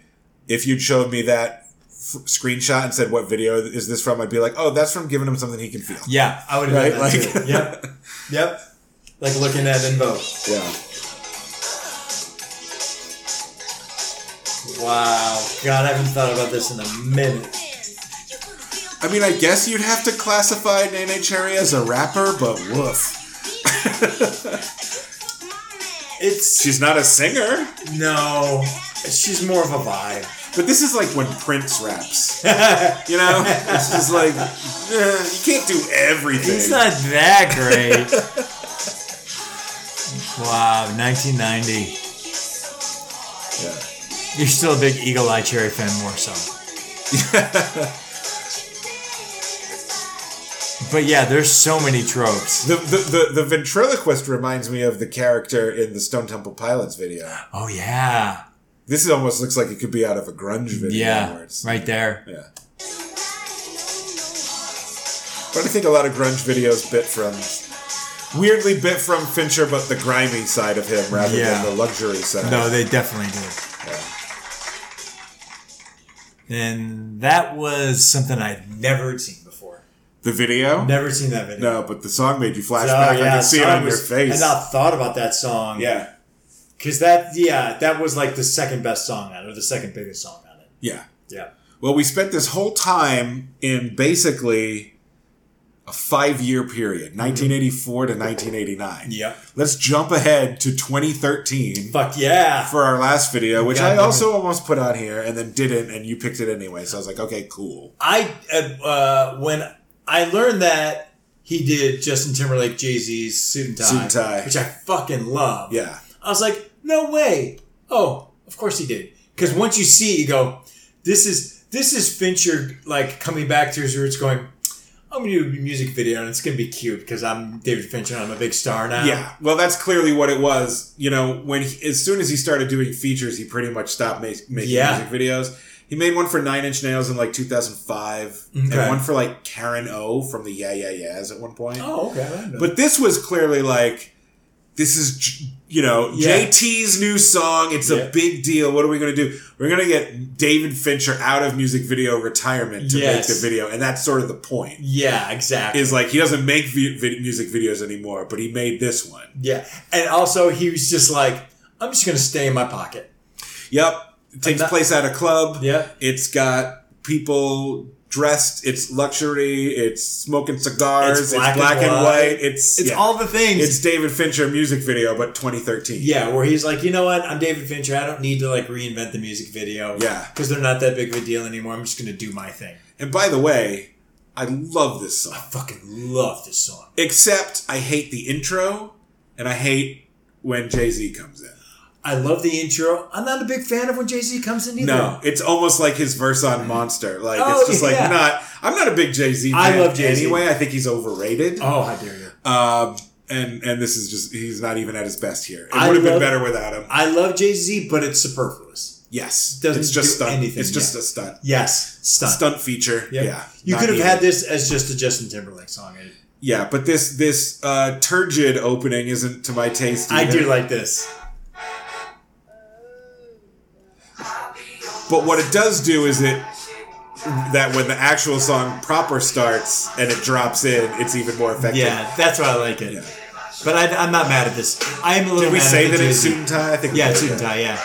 S1: if you'd showed me that f- screenshot and said what video is this from, I'd be like, oh, that's from giving him something he can feel.
S3: yeah.
S2: I would have
S1: Right,
S2: done that
S1: like-
S2: too. Yep. Yep. Like looking at Invo.
S1: Yeah.
S2: Wow. God, I haven't thought about this in a minute.
S1: I mean, I guess you'd have to classify Nene Cherry as a rapper, but woof.
S2: It's
S1: She's not a singer.
S2: no. She's more of a vibe.
S1: But this is like when Prince raps. you know? This is like, eh, you can't do everything.
S3: He's not that great. wow, 1990.
S1: Yeah.
S3: You're still a big Eagle Eye Cherry fan, more so. But yeah, there's so many tropes.
S1: The, the, the, the ventriloquist reminds me of the character in the Stone Temple Pilots video.
S3: Oh yeah,
S1: This almost looks like it could be out of a grunge video. where
S3: yeah,
S1: it's-
S3: right there.
S1: Yeah. But I think a lot of grunge videos bit from, weirdly bit from Fincher, but the grimy side of him rather
S3: Yeah.
S1: than the luxury side.
S3: No, they definitely did. And that was something I'd
S2: Never seen before.
S1: the video?
S2: Never seen that video.
S1: No, but the song made you
S3: Oh,
S1: flashback.
S2: So,
S1: I can see it
S2: song
S1: on your
S2: was-
S1: face.
S2: I not thought about that song.
S1: Yeah.
S2: Cause that, yeah, that was like the second best song on it, or the second biggest song on it.
S1: Yeah.
S2: Yeah.
S1: Well, we spent this whole time in basically a five year
S2: Mm-hmm.
S1: period, 1984 to 1989.
S2: Yep.
S1: Let's jump ahead to 2013
S2: Fuck yeah.
S1: for our last video, which
S2: God
S1: I
S2: damn
S1: also almost put on here and then didn't, and you picked it anyway. So I was like, okay, cool.
S2: I uh, uh, when I learned that he did Justin Timberlake, Jay Z's suit and tie,
S1: Suit and tie.
S2: which I fucking love.
S1: Yeah.
S2: I was like, no way. Oh, of course he did. Because once you see, it, you go, this is this is Fincher like coming back to his roots, going, I'm gonna do a music video and it's gonna be cute because I'm David Fincher and I'm a big star now.
S1: Yeah. Well, that's clearly what it was. You know, when he, as soon as he started doing features, he pretty much stopped ma- making
S2: Yeah.
S1: music videos. He made one for Nine Inch Nails in like 2005, and
S2: Okay.
S1: one for like Karen O from the Yeah Yeah Yeahs at one point.
S2: Oh, okay. I didn't know
S1: But this was clearly like, this is, J- you know,
S2: Yeah.
S1: JT's new song. It's
S2: Yeah.
S1: a big deal. What are we going to do? We're going to get David Fincher out of music video retirement to
S2: Yes.
S1: make the video. And that's sort of the point.
S2: Yeah, exactly.
S1: Is like, he doesn't make vi- vi- music videos anymore, but he made this one.
S2: yeah, and also he was just like, I'm just gonna stay in my pocket.
S1: Yep. It takes
S2: not-
S1: place at a club.
S2: Yeah.
S1: It's got people dressed. It's luxury. It's smoking cigars. It's black, and, white. It's,
S2: It's
S1: yeah.
S2: all the things.
S1: It's David Fincher music video, but 2013.
S2: yeah, where he's like, you know what? I'm David Fincher. I don't need to like reinvent the music video.
S1: Yeah.
S2: because they're not that big of a deal anymore. I'm just gonna do my thing.
S1: And by the way, I love this
S2: I
S1: song.
S2: fucking love this song.
S1: Except I hate the intro and I hate when Jay Z comes in.
S2: I love the intro. I'm not a big fan of when Jay Z comes in either.
S1: No, it's almost like his verse on Monster. Like
S2: Oh,
S1: it's just like
S2: yeah.
S1: not. I'm not a big Jay Z.
S2: I love Jay-Z.
S1: anyway. I think he's overrated.
S2: Oh, how dare you!
S1: Um, and and this is just he's not even at his best here. It
S2: I
S1: would have been
S2: love-
S1: better without him.
S2: I love Jay Z, but it's superfluous.
S1: Yes,
S2: Doesn't
S1: it's just
S2: do
S1: stunt.
S2: anything
S1: it's just
S2: yet.
S1: a stunt.
S2: Yes, stunt.
S1: Stunt feature.
S2: Yep.
S1: Yeah,
S2: you
S1: Not
S2: could have
S1: needed.
S2: had this as just a Justin Timberlake song. and
S1: yeah, but this this uh, turgid opening isn't to my taste.
S2: I
S1: either.
S2: do like this.
S1: But what it does do is it that when the actual song proper starts and it drops in, it's even more effective.
S3: Yeah, that's why I like it. But I, I'm not mad at this. I am a little.
S1: Did we
S3: mad
S1: say
S3: at the
S1: that it's
S3: Jay-Z.
S1: suit and tie? I think we
S3: Yeah,
S1: did,
S3: suit and tie. Yeah,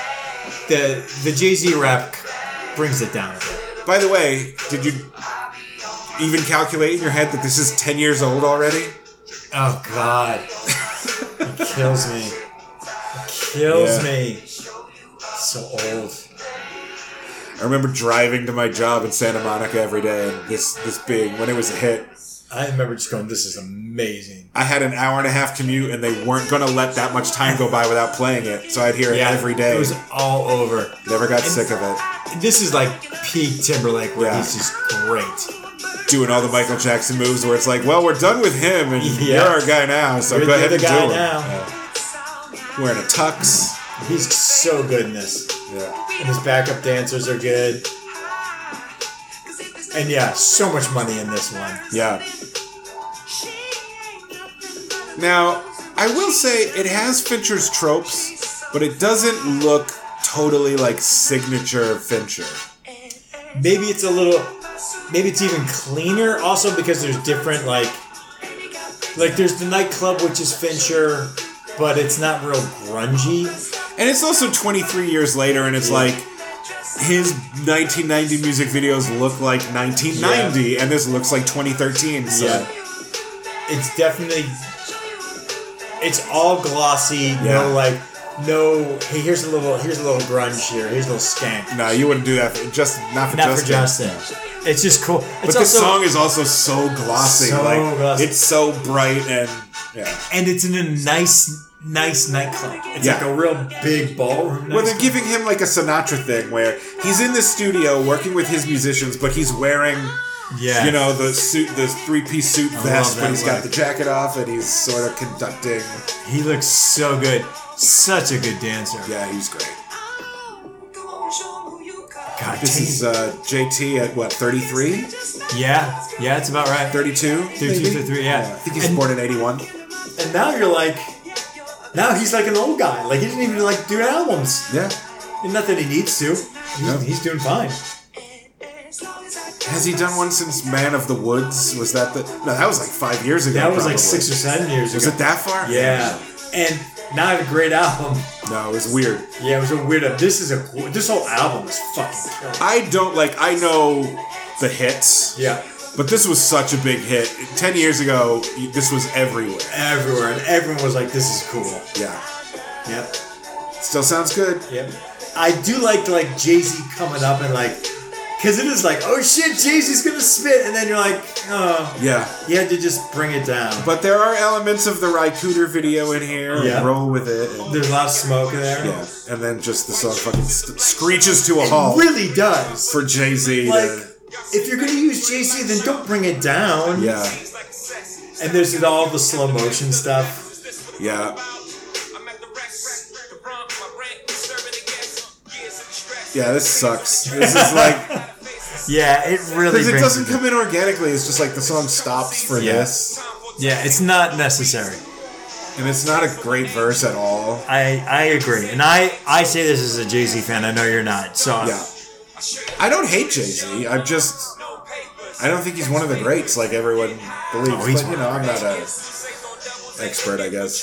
S3: the the Jay Z rap brings it down a bit.
S1: By the way, did you even calculate in your head that this is ten years old already?
S2: Oh God, it kills me. It
S1: Yeah.
S2: kills me. So old.
S1: I remember driving to my job in Santa Monica every day, and this this being when it was a hit.
S2: I remember just going, "This is amazing."
S1: I had an hour and a half commute, and they weren't going to let that much time go by without playing it, so I'd hear it every day.
S3: it was all over.
S1: Never got sick of it.
S3: This is like peak Timberlake, where
S1: Yeah.
S3: he's just great.
S1: Doing all the Michael Jackson moves, where it's like, well, we're done with him, and
S3: Yeah.
S1: you're our guy now, so
S2: You're
S1: go
S2: the
S1: ahead
S2: other
S1: and do
S2: guy
S1: it.
S2: now.
S1: Yeah. Wearing a tux.
S2: He's so good in this,
S1: Yeah.
S2: and his backup dancers are good. And yeah, so much money in this one.
S1: Yeah. Now, I will say it has Fincher's tropes, but it doesn't look totally like signature Fincher.
S2: Maybe it's a little, maybe it's even cleaner. Also because there's different like, like there's the nightclub which is Fincher, but it's not real grungy.
S1: And it's also 23 years later, and it's like his 1990 music videos look like 1990, and this looks like 2013. So,
S2: Yeah. It's definitely it's all glossy,
S1: Yeah.
S2: no like no hey here's a little here's a little grunge here, here's a little skank.
S1: no, you wouldn't do that. For, just not for
S3: Not
S1: Justin.
S3: for Justin. It's just cool.
S1: But
S3: It's
S1: this
S3: also,
S1: song is also so glossy.
S2: So
S1: like
S2: glossy.
S1: it's so bright and yeah.
S3: and it's in a nice, nice nightclub.
S2: It's
S1: Yeah.
S2: like a real big ballroom.
S1: Well,
S2: nice-
S1: they're giving him like a Sinatra thing where he's in the studio working with his musicians, but he's wearing,
S3: Yeah,
S1: you know, the suit, the three piece suit vest,
S3: that
S1: but he's got
S3: look.
S1: the jacket off and he's sort of conducting.
S3: he looks so good. Such a good dancer.
S1: Yeah, he's great.
S3: God,
S1: This is uh, JT at what, 33?
S3: yeah, yeah, it's about right.
S1: 32?
S3: 32, 33, yeah.
S1: I think he's
S3: And-
S1: born in 81.
S2: and now you're like now he's like an old guy. Like he didn't even like do albums.
S1: Yeah.
S2: And not that he needs to. He's,
S1: No.
S2: he's doing fine.
S1: Has he done one since Man of the Woods? Was that the. No, that was like five years ago.
S2: That was like
S1: probably.
S2: six or seven years
S1: Was
S2: ago.
S1: it that far?
S2: yeah. And not a great album.
S1: No, it was weird.
S2: Yeah, it was a weird album. This is a this whole album is fucking killer.
S1: I don't like. I know the hits.
S2: Yeah.
S1: But this was such a big hit. Ten years ago, this was everywhere.
S2: everywhere, and everyone was like, "This is cool."
S1: Yeah.
S2: Yep,
S1: Still sounds good.
S2: yep. I do like to like Jay Z coming up and like, because it is like, "Oh shit, Jay Z's gonna spit," and then you're like, "Oh,
S1: Yeah.
S2: you had to just bring it down." But
S1: But there are elements of the Rycooter video in here.
S2: Yeah.
S1: And roll with it. And,
S2: there's a lot of smoke in there.
S1: yeah. Oh. And then just the song fucking st- screeches to a
S2: It
S1: halt
S2: really does.
S1: for Jay Z.
S2: like,
S1: to
S2: if you're gonna use Jay Z, then don't bring it down.
S1: Yeah.
S2: And there's all the slow motion stuff.
S1: Yeah. Yeah.
S6: Yeah,
S1: This sucks. This is like
S3: Yeah, it really.
S1: because it
S3: brings
S1: doesn't
S3: down.
S1: come in organically. It's just like the song stops for
S3: Yeah.
S1: this,
S3: Yeah, it's not necessary.
S1: and it's not a great verse at all.
S3: I I agree, and I I say this as a Jay Z fan. I know you're not. So
S1: Yeah. I don't hate Jay Z. I'm just I don't think he's one of the greats like everyone believes.
S3: Oh, he's
S1: but, you know, I'm not a expert, I guess.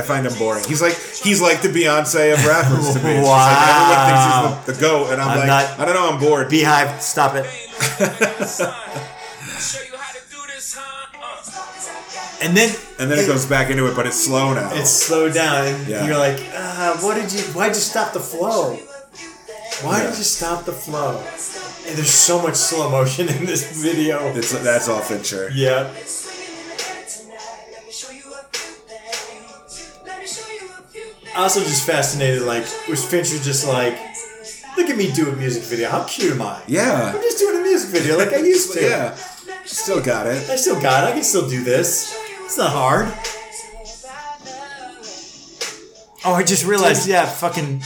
S1: I find him boring. He's like he's like the Beyonce of rappers to me. It's just Like everyone thinks he's the, the goat, and I'm,
S3: I'm
S1: like,
S3: not-
S1: I don't know, I'm bored.
S3: Beehive, stop it. And then
S1: and then it goes back into it, but it's slow now.
S2: It's slowed down, and
S1: Yeah.
S2: you're like, ah, "What did you? Why'd you stop the flow?" Why
S1: Yeah.
S2: did you stop the flow? And there's so much slow motion in this video.
S1: It's- that's all Fincher.
S2: Yeah. I also just fascinated, like, was Fincher just like, look at me do a music video. How cute am I? I'm
S1: Yeah,
S2: just doing a music video like I used to.
S1: yeah. Still got it.
S2: I still got it. I can still do this. It's not hard.
S3: oh, I just realized. Yeah, fucking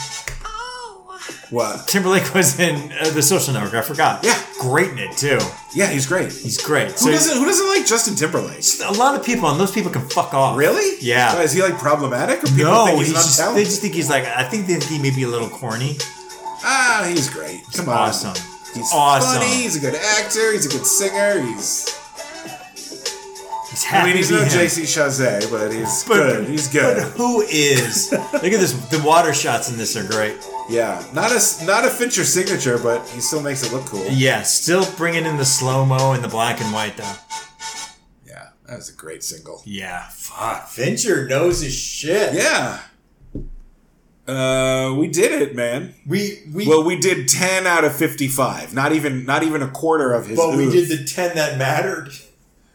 S1: What?
S3: Timberlake was in uh, The Social Network. I forgot.
S1: Yeah.
S3: Great in it, too.
S1: Yeah, he's great. Who
S3: He's great. So
S1: doesn't Who doesn't like Justin Timberlake?
S3: a lot of people, and those people can fuck off.
S1: Really?
S3: Yeah.
S1: Why, is he like problematic, or people
S3: No,
S1: think he's,
S3: he's
S1: not
S3: just, they
S1: talented?
S3: just think he's like, I think they think he may be a little corny.
S1: Ah, he's great. Come on.
S3: Awesome.
S1: He's
S3: Awesome.
S1: funny. He's a good actor. He's a good singer. He's.
S3: He's
S1: I
S3: happy
S1: mean, he's
S3: to be
S1: no
S3: him.
S1: JC Chazet, but he's
S3: But-
S1: good. He's
S3: But
S1: good.
S3: who is? Look at this. The water shots in this are great.
S1: Yeah. Not a s- not a Fincher signature, but he still makes it look cool.
S3: Yeah, still bringing in the slow mo and the black and white though.
S1: Yeah. That was a great single.
S3: Yeah.
S2: Fuck, Fincher knows his shit.
S1: Yeah. Uh, we did it, man.
S2: We we
S1: Well, we did ten out of fifty-five. Not even, not even a quarter of his.
S2: but we
S1: ooze.
S2: did the ten that mattered.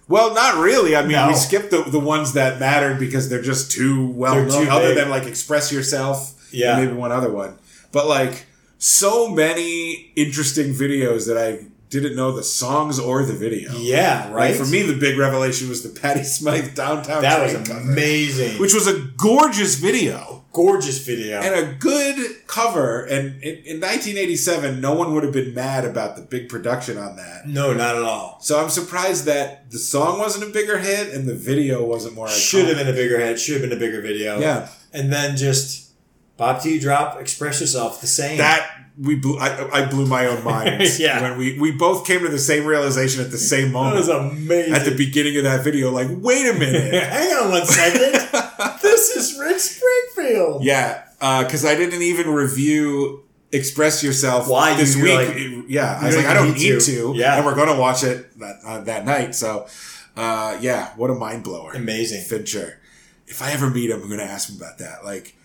S1: Well, not really. I mean,
S2: No.
S1: we skipped the, the ones that mattered because they're just too well
S2: They're
S1: known.
S2: too
S1: other
S2: big.
S1: than like Express Yourself,
S2: Yeah.
S1: and maybe one other one. But like so many interesting videos that I didn't know the songs or the video.
S2: Yeah, right.
S1: Like for me, the big revelation was the Patti Smythe Downtown.
S2: that was
S1: Train cover,
S2: amazing.
S1: which was a gorgeous video
S2: gorgeous video.
S1: and a good cover. And in, in 1987, no one would have been mad about the big production on that.
S2: no, not at all.
S1: So I'm surprised that the song wasn't a bigger hit and the video wasn't more.
S2: Should have
S1: iconic.
S2: been a bigger head. Should have been a bigger video.
S1: oh. Yeah.
S2: And then just Bob T. Drop, express yourself the same.
S1: that we blew. I, I blew my own mind.
S2: Yeah.
S1: when we we both came to the same realization at the same
S2: That was
S1: moment
S2: amazing.
S1: at the beginning of that video. Like, wait a minute.
S2: Hang on one second. this is Rick Springfield.
S1: yeah, because I didn't even review "Express Yourself"
S2: Why?
S1: this
S2: You
S1: week.
S2: were
S1: It- yeah, I was
S2: don't
S1: like, I don't
S2: need
S1: need
S2: to.
S1: to.
S2: Yeah.
S1: and we're gonna watch it that uh, that night. So, uh, yeah, what a mind blower.
S2: Amazing.
S1: Fincher. If I ever meet him, I'm going to ask him about that. Like,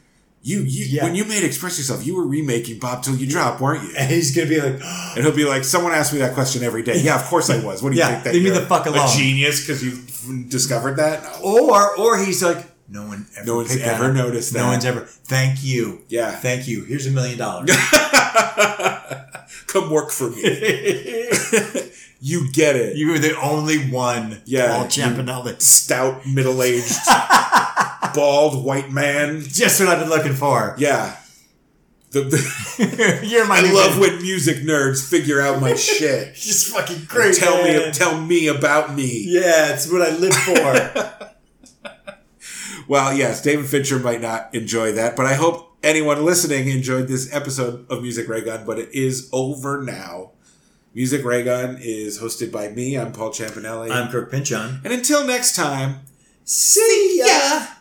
S1: you, you
S2: Yeah.
S1: when you made Express Yourself, you were remaking Bob Till You Drop, weren't you?
S2: And he's gonna be like,
S1: And he'll be like, "Someone asked me that question every day. Yeah, of course I was. What do you
S3: Yeah,
S1: think? That
S3: leave me
S1: you're
S3: the fuck
S1: A
S3: alone.
S1: genius because you discovered that. No.
S2: or or he's like, no one ever.
S1: No one's
S2: picked that
S1: ever
S2: up.
S1: noticed that.
S2: No one's ever. Thank you.
S1: Yeah.
S2: Thank you. Here's a million dollars.
S1: Come work for me. you get it.
S2: You were the only one.
S1: Yeah.
S3: All
S1: you
S3: Champanelli.
S1: stout, middle-aged, bald white man.
S2: Just what I've been looking for.
S1: Yeah. The, the,
S2: You're my.
S1: I
S2: new
S1: love
S2: favorite.
S1: when music nerds figure out my shit.
S2: Just fucking great.
S1: tell me
S2: man.
S1: tell me about me
S2: Yeah, it's what I live for.
S1: well yes david fincher might not enjoy that but i hope anyone listening enjoyed this episode of music ray gun but it is over now music ray gun is hosted by me i'm paul champanelli
S2: I'm Kirk Pinchon.
S1: and until next time
S2: See ya.